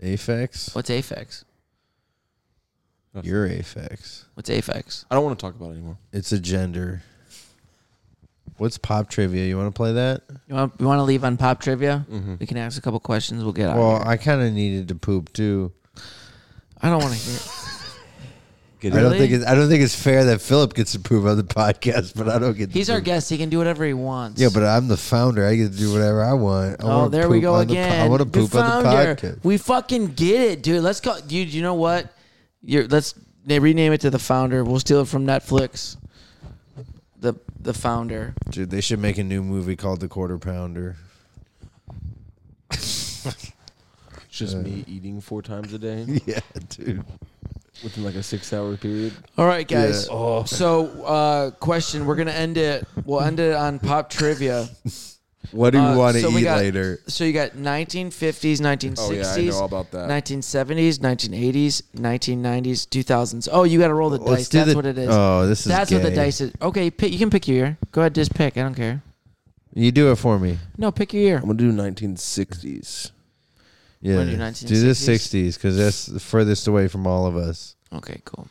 S2: Afex.
S4: What's Afex?
S2: You're Afex.
S4: What's Afex?
S3: I don't want to talk about it anymore.
S2: It's a gender. What's pop trivia? You want to play that?
S4: You want you want to leave on pop trivia? We can ask a couple questions. We'll get out.
S2: Mm-hmm. Well,
S4: of here.
S2: I kind of needed to poop too.
S4: I don't want to hear. it.
S2: I don't
S4: Really?
S2: think it's, I don't think it's fair that Philip gets to poop on the podcast, but I don't get. to
S4: He's our
S2: poop.
S4: guest. He can do whatever he wants.
S2: Yeah, but I'm the founder. I get to do whatever I want. I
S4: oh,
S2: wanna
S4: there we
S2: poop
S4: go
S2: on the po-
S4: again.
S2: I want to
S4: The
S2: poop on the
S4: founder.
S2: podcast.
S4: We fucking get it, dude. Let's go, dude. You know what? You're let's they rename it to the founder. We'll steal it from Netflix. The the founder.
S2: Dude, they should make a new movie called The Quarter Pounder.
S3: It's just me eating four times a day
S2: Yeah, dude.
S3: within like a six hour period.
S4: All right, guys. So, uh, question. We're gonna end it. We'll end it on pop trivia.
S2: What do you
S4: Uh,
S2: want to
S4: so we
S2: eat
S4: got-
S2: later?
S4: So you got 1950s, 1960s,
S3: Oh, yeah, I know all about that.
S4: 1970s, 1980s, 1990s, 2000s. Oh, you got to roll the dice.
S2: do
S4: That's
S2: the-
S4: what it is.
S2: Oh, this is
S4: That's what the
S2: gay.
S4: dice is. Okay, pick, you can pick your year. Go ahead, just pick. I don't care.
S2: You do it for me.
S4: No, pick your year.
S9: I'm going to do 1960s.
S2: Yeah,
S4: do
S2: do the
S4: 1960s?
S2: '60s because that's the furthest away from all of us.
S4: Okay, cool.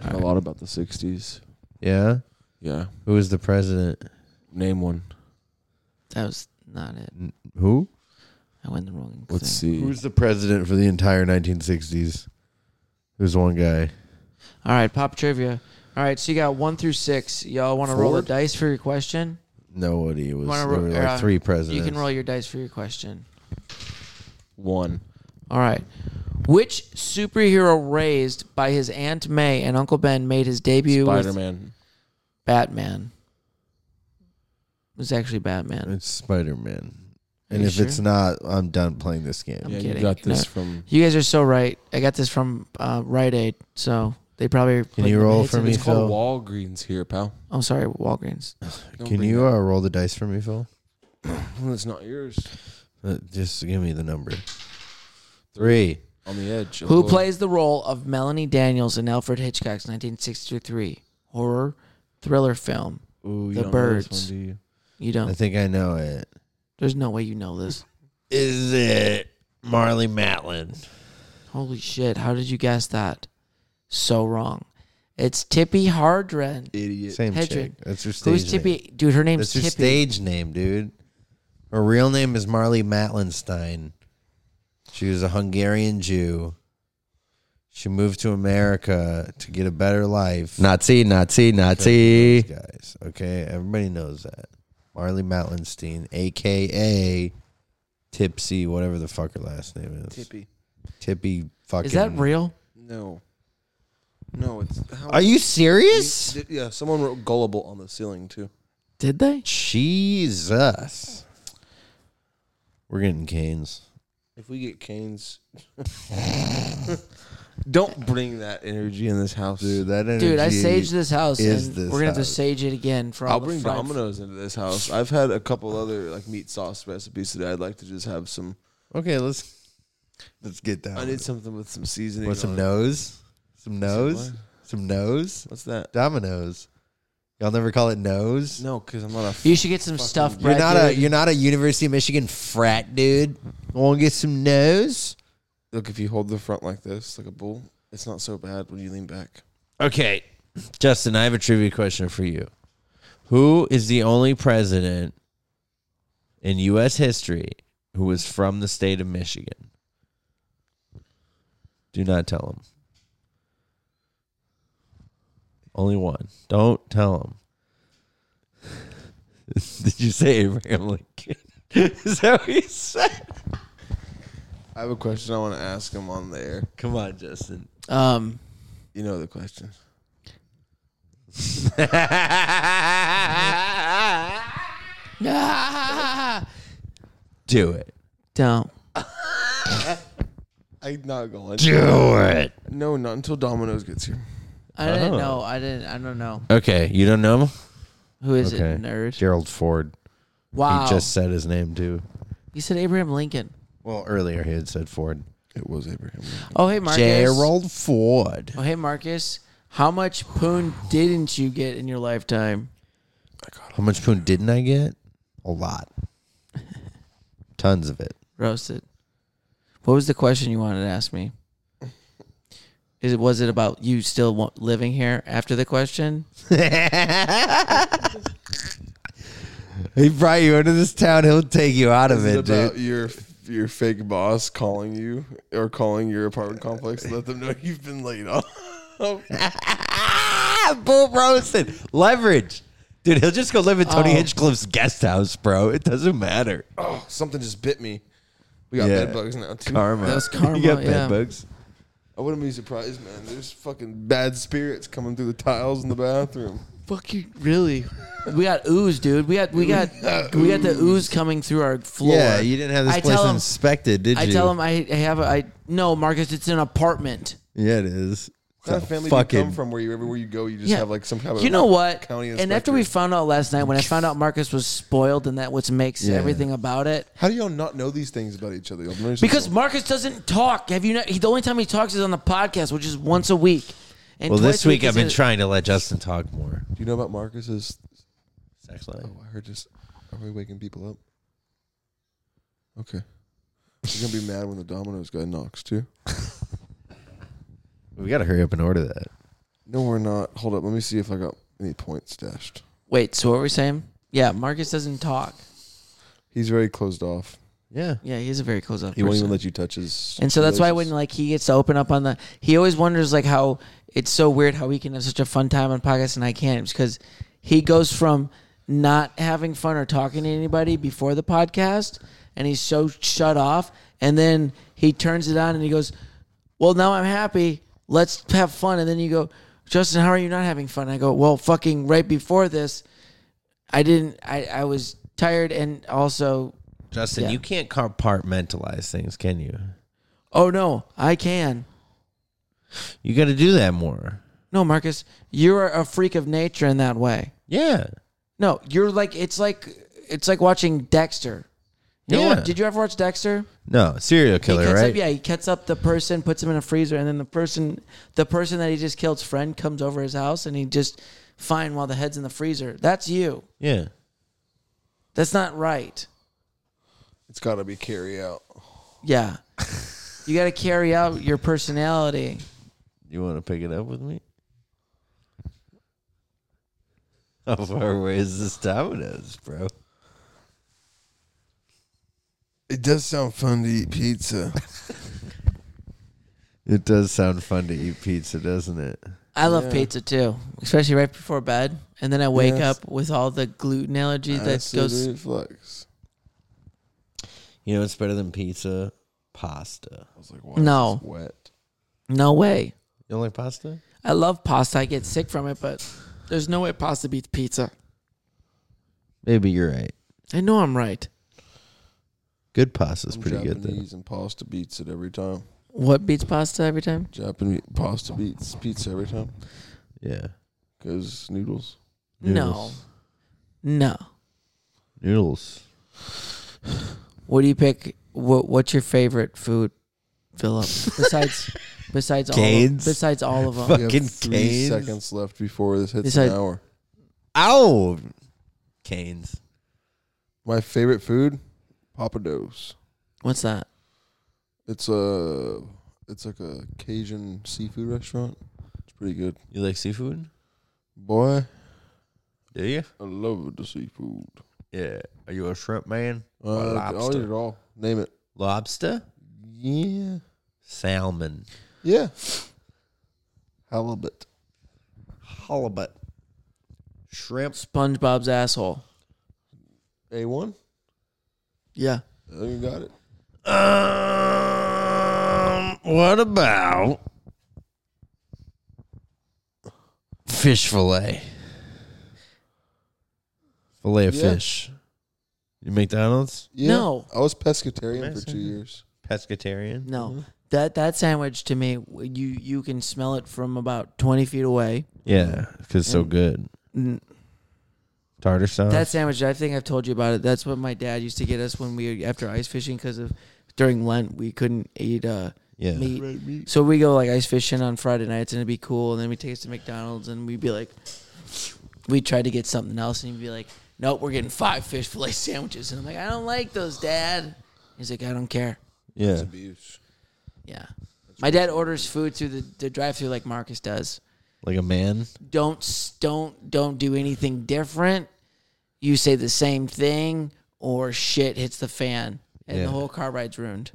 S3: I know a lot about the 60s.
S2: Yeah,
S3: Yeah.
S2: who was the president?
S3: Name one.
S4: That was not it.
S2: N- Who?
S4: I went the wrong
S3: Let's
S4: thing.
S3: see.
S2: Who's the president for the entire 1960s? Who's one guy?
S4: All right, pop trivia. All right, so you got one through six. Y'all want to roll the
S3: Ford?
S4: dice for your question?
S2: Nobody. It was
S4: Wanna
S2: there
S4: ro-
S2: were
S4: or,
S2: like
S4: uh,
S2: three presidents.
S4: You can roll your dice for your question.
S3: one.
S4: All right. Which superhero raised by his Aunt May and Uncle Ben made his debut
S3: Spider
S4: with
S3: Man.
S4: Batman? It was actually Batman.
S2: It's Spider Man.
S4: Are
S2: And
S4: you
S2: if it's
S4: sure?
S2: not, I'm done playing this game.
S4: I'm
S3: Yeah, you
S4: kidding.
S3: got this
S4: No.
S3: from.
S4: You guys are so right. I got this from uh, Rite Aid, so they probably. put
S2: you
S4: the
S2: roll
S4: hits
S2: for
S4: in
S2: me,
S4: this
S3: It's
S2: Phil?
S4: call.
S3: called Walgreens here, pal.
S4: I'm sorry, Walgreens.
S3: Don't
S2: Can
S3: bring
S2: you
S3: that
S2: uh, roll the dice for me, Phil?
S3: up. Well, It's not yours.
S2: Uh, just give me the number. Three.
S3: On the edge.
S4: Who
S3: Avoid.
S4: plays the role of Melanie Daniels in Alfred Hitchcock's 1963 horror thriller film?
S3: Ooh, you don't
S4: The
S3: know this
S4: Birds? Oh.
S3: one, do you?
S4: You
S2: I
S4: don't.
S2: think I know it.
S4: There's no way you know this.
S2: Is it Marley Matlin?
S4: Holy shit! How did you guess that? so wrong. It's Tippy Hardren.
S10: Idiot.
S2: Same
S4: Hedrick.
S2: chick. That's her stage
S4: Who's
S2: name.
S4: Tippy? Dude, her name's
S2: That's her
S4: Tippy.
S2: stage name, dude. Her real name is Marley Matlinstein. She was a Hungarian Jew. She moved to America to get a better life.
S11: Nazi, Nazi, Nazi.
S2: guys. Okay, everybody knows that. Marley Matlinstein, aka Tipsy, whatever the fuck her last name is.
S3: Tippy.
S2: Tippy fucking.
S4: Is that real?
S3: No. No, it's. How
S2: Are you serious?
S3: You- Yeah, someone wrote gullible on the ceiling too.
S4: Did they?
S2: Jesus. We're getting canes.
S3: If we get canes, don't bring that energy in this house.
S2: Dude, that energy.
S4: Dude, I saged this house,
S2: is
S4: and
S2: this
S4: we're gonna have to
S2: house.
S4: sage it again for all
S3: I'll
S4: the
S3: bring
S4: fried-
S3: Domino's into this house. I've had a couple other like meat sauce recipes today. I'd like to just have some.
S2: Okay, let's let's get down.
S3: I
S2: with
S3: need
S2: it.
S3: something with some seasoning.
S2: What, some
S3: on it.
S2: nose? Some nose?
S3: what?
S2: Some nose?
S3: What's that?
S2: Dominoes. Y'all never call it nose?
S3: No, because I'm not a.
S4: You should get some stuffed
S2: You're
S4: bread.
S2: not a
S4: dude.
S2: you're not a University of Michigan frat dude. Wanna get some nose?
S3: Look, if you hold the front like this, like a bull, it's not so bad when you lean back.
S2: Okay. Justin, I have a trivia question for you. Who is the only president in US history who was from the state of Michigan? Do not tell him. Only one. Don't tell him. Did you say Abraham Lincoln? is that what you said?
S3: I have a question I want to ask him on the air.
S2: Come on, Justin.
S4: um,
S3: You know the question.
S2: Do it.
S4: don't.
S3: I'm not going.
S2: Do it.
S3: No, not until Domino's gets here.
S4: I didn't
S2: Oh.
S4: know. I didn't. I don't know.
S2: Okay, you don't know him?
S4: Who is
S2: Okay.
S4: it, nerd?
S2: Gerald Ford.
S4: Wow.
S2: He just said his name too.
S4: you said Abraham Lincoln.
S2: Well, earlier he had said Ford.
S3: It was Abraham. Lincoln.
S4: Oh hey Marcus.
S2: Gerald Ford.
S4: Oh hey Marcus. How much poon didn't you get in your lifetime?
S2: How much poon didn't I get? A lot. Tons of it.
S4: Roasted. What was the question you wanted to ask me? Is it was it about you still wa- living here after the question?
S2: He brought you into this town. He'll take you out of
S3: Is it
S2: it,
S3: about
S2: dude.
S3: your your fake boss calling you or calling your apartment complex to let them know you've been laid off?
S2: Boom roasted. Leverage. Dude, he'll just go live in Tony
S4: Oh.
S2: Hinchcliffe's guest house, bro. It doesn't matter.
S3: oh, something just bit me. We got
S2: Yeah.
S3: bed bugs now too.
S2: Karma.
S4: That was karma,
S2: you got
S4: yeah.
S2: bed bugs.
S3: I wouldn't be surprised, man. There's fucking bad spirits coming through the tiles in the bathroom.
S4: Fuck you, really? We got ooze, dude. We got we got we got the ooze coming through our floor.
S2: Yeah, you didn't have this
S4: I
S2: place
S4: tell him-
S2: inspected, did
S4: I
S2: you?
S4: tell him I, I have a I no Marcus. It's an apartment.
S2: Yeah, it is.
S3: What kind of family do you come from where you, everywhere you go, you just
S4: Yeah.
S3: have like some kind of
S4: You know what?
S3: county
S4: And after we
S3: inspector.
S4: found out last night, when I found out Marcus was spoiled, and that what makes
S2: Yeah.
S4: everything about it.
S3: How do y'all not know these things about each other? Y'all notice
S4: Because
S3: this-
S4: Marcus doesn't talk. Have you not? He, the only time he talks is on the podcast, which is once a week. And
S2: Well,
S4: twice
S2: this
S4: a
S2: week I've
S4: is
S2: been
S4: in-
S2: trying to let Justin talk more.
S3: do you know about Marcus's?
S2: Sex life.
S3: Oh, I heard this. Are we waking people up? Okay. You're gonna be mad when the Domino's guy knocks too.
S2: We got to hurry up and order that.
S3: No, we're not. Hold up. Let me see if I got any points dashed.
S4: Wait, so what were we saying? Yeah, Marcus doesn't talk.
S3: He's very closed off.
S2: Yeah.
S4: Yeah, he's a very close up.
S3: He won't even let you touch his.
S4: And so that's why when
S3: relations.
S4: like he gets to open up on the, he always wonders like how it's so weird how he can have such a fun time on podcasts and I can't because he goes from not having fun or talking to anybody before the podcast and he's so shut off and then he turns it on and he goes, well now I'm happy let's have fun and then you go Justin how are you not having fun I go well fucking right before this I didn't I I was tired and also
S2: Justin,
S4: Yeah.
S2: you can't compartmentalize things, can you?
S4: oh no I can.
S2: You got to do that more.
S4: No, Marcus, you're a freak of nature in that way.
S2: Yeah.
S4: No, you're like it's like it's like watching Dexter. You know
S2: Yeah.
S4: what? Did you ever watch Dexter?
S2: No, serial
S4: he
S2: killer,
S4: cuts
S2: right?
S4: up, yeah, he cuts up the person, puts him in a freezer, and then the person the person that he just killed's friend comes over his house and he just fine while the head's in the freezer. That's you.
S2: Yeah.
S4: That's not right.
S3: it's got to be carry out.
S4: Yeah. you gotta carry out your personality.
S2: You want to pick it up with me? How far away is this Domino's, bro?
S9: It does sound fun to eat pizza.
S2: It does sound fun to eat pizza, doesn't it?
S4: I love
S9: Yeah.
S4: pizza too, especially right before bed. And then I wake
S9: Yes.
S4: up with all the gluten allergy that
S9: Acid
S4: goes.
S9: reflux.
S2: You know what's better than pizza? Pasta.
S3: I was like, why
S4: No.
S3: is this wet?
S4: No way.
S2: You don't like pasta?
S4: I love pasta. I get sick from it, but there's no way pasta beats pizza.
S2: Maybe you're right.
S4: I know I'm right.
S2: Good pasta's
S9: I'm
S2: pretty good though.
S9: Japanese and pasta beats it every time.
S4: What beats pasta every time?
S9: Japanese pasta beats pizza every time.
S2: Yeah.
S9: Cause noodles.
S2: Noodles.
S4: No. No.
S2: Noodles.
S4: What do you pick? What What's your favorite food, Philip? Besides, besides all of,
S2: Canes?
S4: besides all of them.
S2: Fuck.
S9: We have
S2: Fucking
S9: three
S2: Canes.
S9: seconds left before this hits
S4: This
S9: an
S4: I-
S9: hour.
S2: Ow! Canes.
S9: My favorite food, papados.
S4: What's that?
S9: It's a it's like a Cajun seafood restaurant. It's pretty good.
S2: You like seafood?
S9: Boy,
S2: Do you?
S9: I love the seafood.
S2: Yeah. Are you a shrimp man?
S9: Uh, I'll eat
S2: lobster.
S9: it all. Name it.
S2: Lobster?
S9: Yeah.
S2: Salmon.
S9: Yeah. Halibut.
S2: Halibut. Shrimp.
S4: SpongeBob's asshole.
S9: A one.
S4: Yeah.
S9: Oh, you got it.
S2: Um, what about fish fillet? Fillet of
S9: Yeah.
S2: fish. You McDonald's
S9: Yeah.
S4: No.
S9: I was pescatarian
S2: Nice,
S9: for two
S2: yeah.
S9: years.
S2: pescatarian?
S4: No. That that sandwich to me, w- you you can smell it from about twenty feet away.
S2: Yeah, because so good.
S4: N-
S2: Tartar sauce.
S4: That sandwich, I think I've told you about it. That's what my dad used to get us when we after ice fishing because of during Lent we couldn't eat uh,
S2: yeah.
S4: meat. So we go like ice fishing on Friday nights and it'd be cool. And then we take us to McDonald's and we'd be like, we tried to get something else and he'd be like, nope, we're getting five fish fillet sandwiches. And I'm like, I don't like those, Dad. He's like, I don't care.
S2: Yeah.
S9: Abuse.
S4: Yeah. My dad orders food through the, the drive through like Marcus does.
S2: Like a man.
S4: Don't s- don't don't do anything different. You say the same thing or shit hits the fan and
S2: Yeah.
S4: the whole car ride's ruined.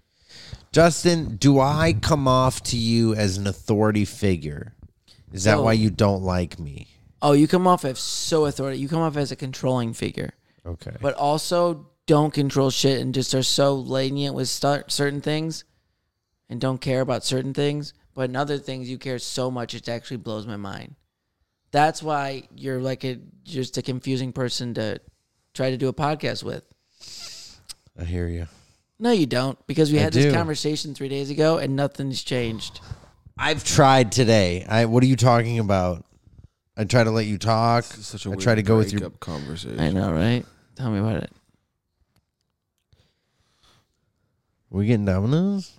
S2: Justin, do I come off to you as an authority figure? Is that
S4: No.
S2: why you don't like me?
S4: Oh, you come off as so authoritative. You come off as a controlling figure.
S2: Okay.
S4: but also don't control shit and just are so lenient with start certain things and don't care about certain things but in other things you care so much it actually blows my mind that's why you're like a just a confusing person to try to do a podcast with
S2: I hear you.
S4: no you don't because we
S2: I
S4: had this
S2: do.
S4: conversation three days ago and nothing's changed
S2: I've tried today. I what are you talking about? I try to let you talk.
S3: Such
S2: I
S3: a
S2: try to go with your.
S3: breakup conversation.
S4: i know right tell me about it
S2: We getting dominoes?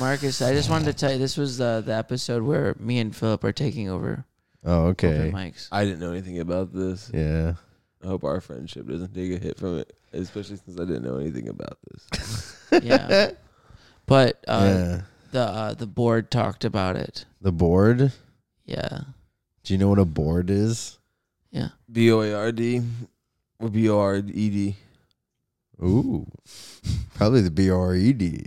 S4: marcus i just wanted to tell you this was uh, the episode where me and philip are taking over
S2: Oh, okay.
S4: open mics
S3: I didn't know anything about this.
S2: Yeah.
S3: I hope our friendship doesn't take a hit from it, especially since I didn't know anything about this.
S4: yeah but uh,
S2: yeah.
S4: the uh, the board talked about it.
S2: The board.
S4: Yeah,
S2: Do you know what a board is?
S4: yeah.
S3: B O A R D or B O R E D.
S2: Ooh, probably the B R E D.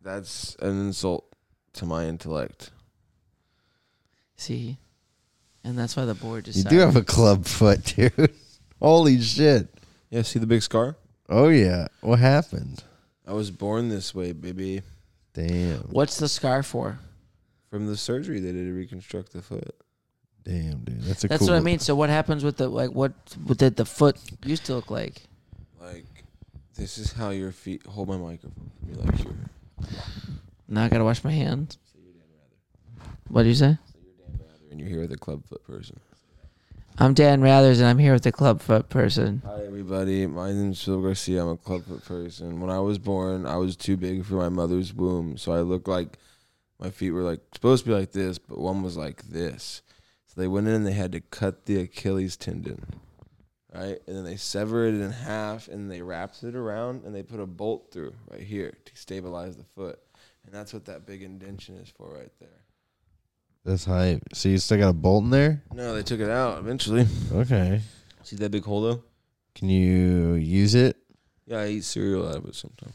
S3: That's an insult to my intellect.
S4: See, and that's why the board
S2: You
S4: decided.
S2: do have a club foot, dude. Holy shit!
S3: Yeah, see the big scar?
S2: Oh yeah, what happened?
S3: I was born this way, baby.
S2: Damn,
S4: What's the scar for?
S3: From the surgery they did to reconstruct the foot.
S2: damn, dude. That's a.
S4: That's
S2: cool
S4: what I mean. So what happens with the like? What, what did the foot used to look like?
S3: Like, this is how your feet hold my microphone for me, like your
S4: Now I gotta wash my hands. What do you say?
S3: and you're here with a club foot person.
S4: I'm Dan Rathers, and I'm here with the clubfoot person.
S3: Hi everybody, my name's Phil Garcia. I'm a club foot person. When I was born, I was too big for my mother's womb, so I looked like my feet were like supposed to be like this, but one was like this. So they went in and they had to cut the Achilles tendon, right? And then they severed it in half and they wrapped it around and they put a bolt through right here to stabilize the foot, and that's what that big indention is for right there.
S2: That's hype. So you still got a bolt in there?
S3: No, they took it out eventually.
S2: Okay.
S3: See that big hole though?
S2: Can you use it?
S3: Yeah, I eat cereal out of it sometimes.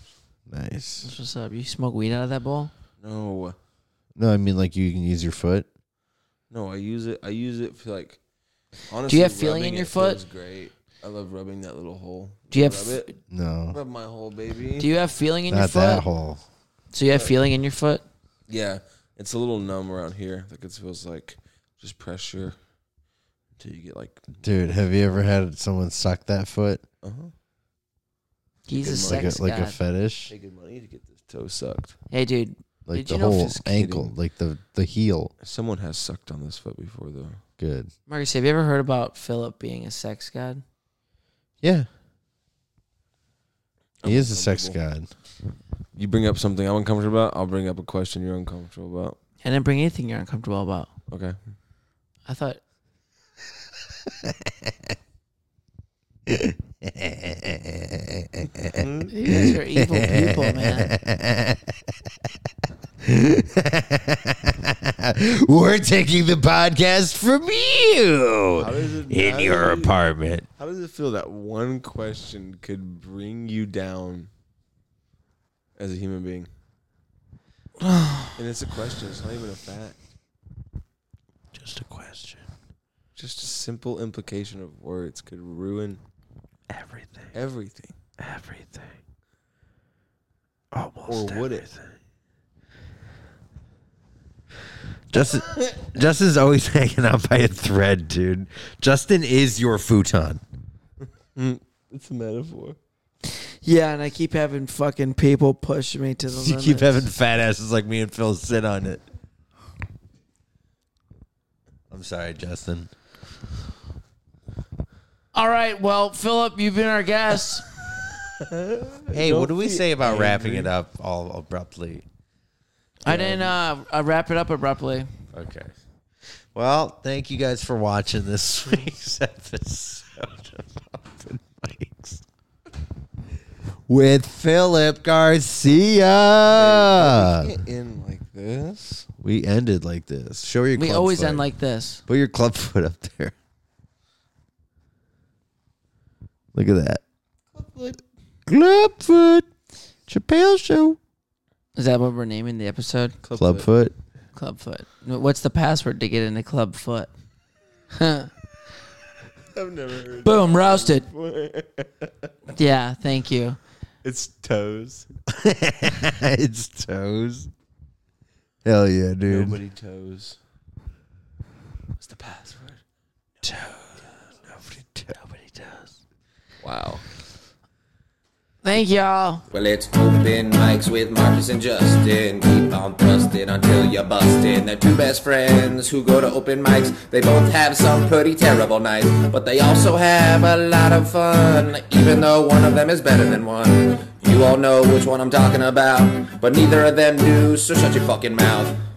S2: Nice.
S4: That's what's up. You smoke weed out of that bowl?
S3: No,
S2: No, I mean like you can use your foot.
S3: no, I use it. I use it for like. Honestly,
S4: have feeling
S3: rubbing
S4: in your
S3: it
S4: foot?
S3: feels Great. I love rubbing that little hole.
S4: Do you have
S3: rub it?
S2: No,
S3: Rub my hole, baby.
S4: Do you have feeling in your
S2: not
S4: foot?
S2: that hole.
S4: So you have feeling in your foot?
S3: yeah, it's a little numb around here. Like it feels like just pressure until you get like.
S2: Dude, have you ever had someone suck that foot?
S3: Uh huh.
S4: He's a
S2: like
S4: sex
S2: a, like a
S4: god.
S2: fetish?
S3: Pay good money to get this toe sucked.
S4: hey, dude.
S2: Like
S4: Did
S2: the
S4: you know if
S2: whole
S4: this kid-
S2: ankle, like the, the heel.
S3: Someone has sucked on this foot before though.
S2: Good.
S4: Marcus, have you ever heard about Philip being a sex god?
S2: Yeah. He
S3: I'm
S2: is a sex
S3: uncomfortable.
S2: god.
S3: You bring up something I'm uncomfortable about. I'll bring up a question you're uncomfortable about.
S4: I didn't bring anything you're uncomfortable about.
S3: Okay.
S4: I thought. You guys are evil people, man.
S2: We're taking the podcast from you
S3: does it
S2: in your apartment.
S3: How does it feel that one question could bring you down as a human being? and it's a question, it's not even a fact.
S2: Just a question.
S3: Just a simple implication of words could ruin everything. Everything.
S2: Everything.
S3: Or would it?
S2: Justin, Justin's always hanging out by a thread, dude. Justin is your futon.
S3: It's a metaphor.
S4: Yeah, and I keep having fucking people push me to the
S2: You keep having fat asses like me and Phil sit on it. I'm sorry, Justin.
S4: All right, well, Philip, you've been our guest.
S2: Hey, what do we say about wrapping it up all abruptly?
S4: I didn't uh, uh, wrap it up abruptly.
S2: Okay. Well, thank you guys for watching this week's episode of Open Mics with Philip Garcia.
S3: Can't end like this.
S2: We ended like this. Show your.
S4: We
S2: club
S4: always
S2: foot.
S4: end like this.
S2: Put your club foot up there. Look at that. Club foot. Chappelle show.
S4: Is that what we're naming the episode?
S2: Club foot.
S4: Clubfoot. What's the password to get into Clubfoot?
S3: I've never heard
S5: Boom, roasted.
S4: Yeah, thank you.
S3: It's toes.
S2: it's toes. Hell yeah, dude.
S3: Nobody toes. What's the password? Wow.
S4: Thank y'all.
S1: Well, it's open mics with Marcus and Justin. Keep on thrusting until you're busting. They're two best friends who go to open mics. They both have some pretty terrible nights, but they also have a lot of fun, even though one of them is better than one. You all know which one I'm talking about, but neither of them do, so shut your fucking mouth.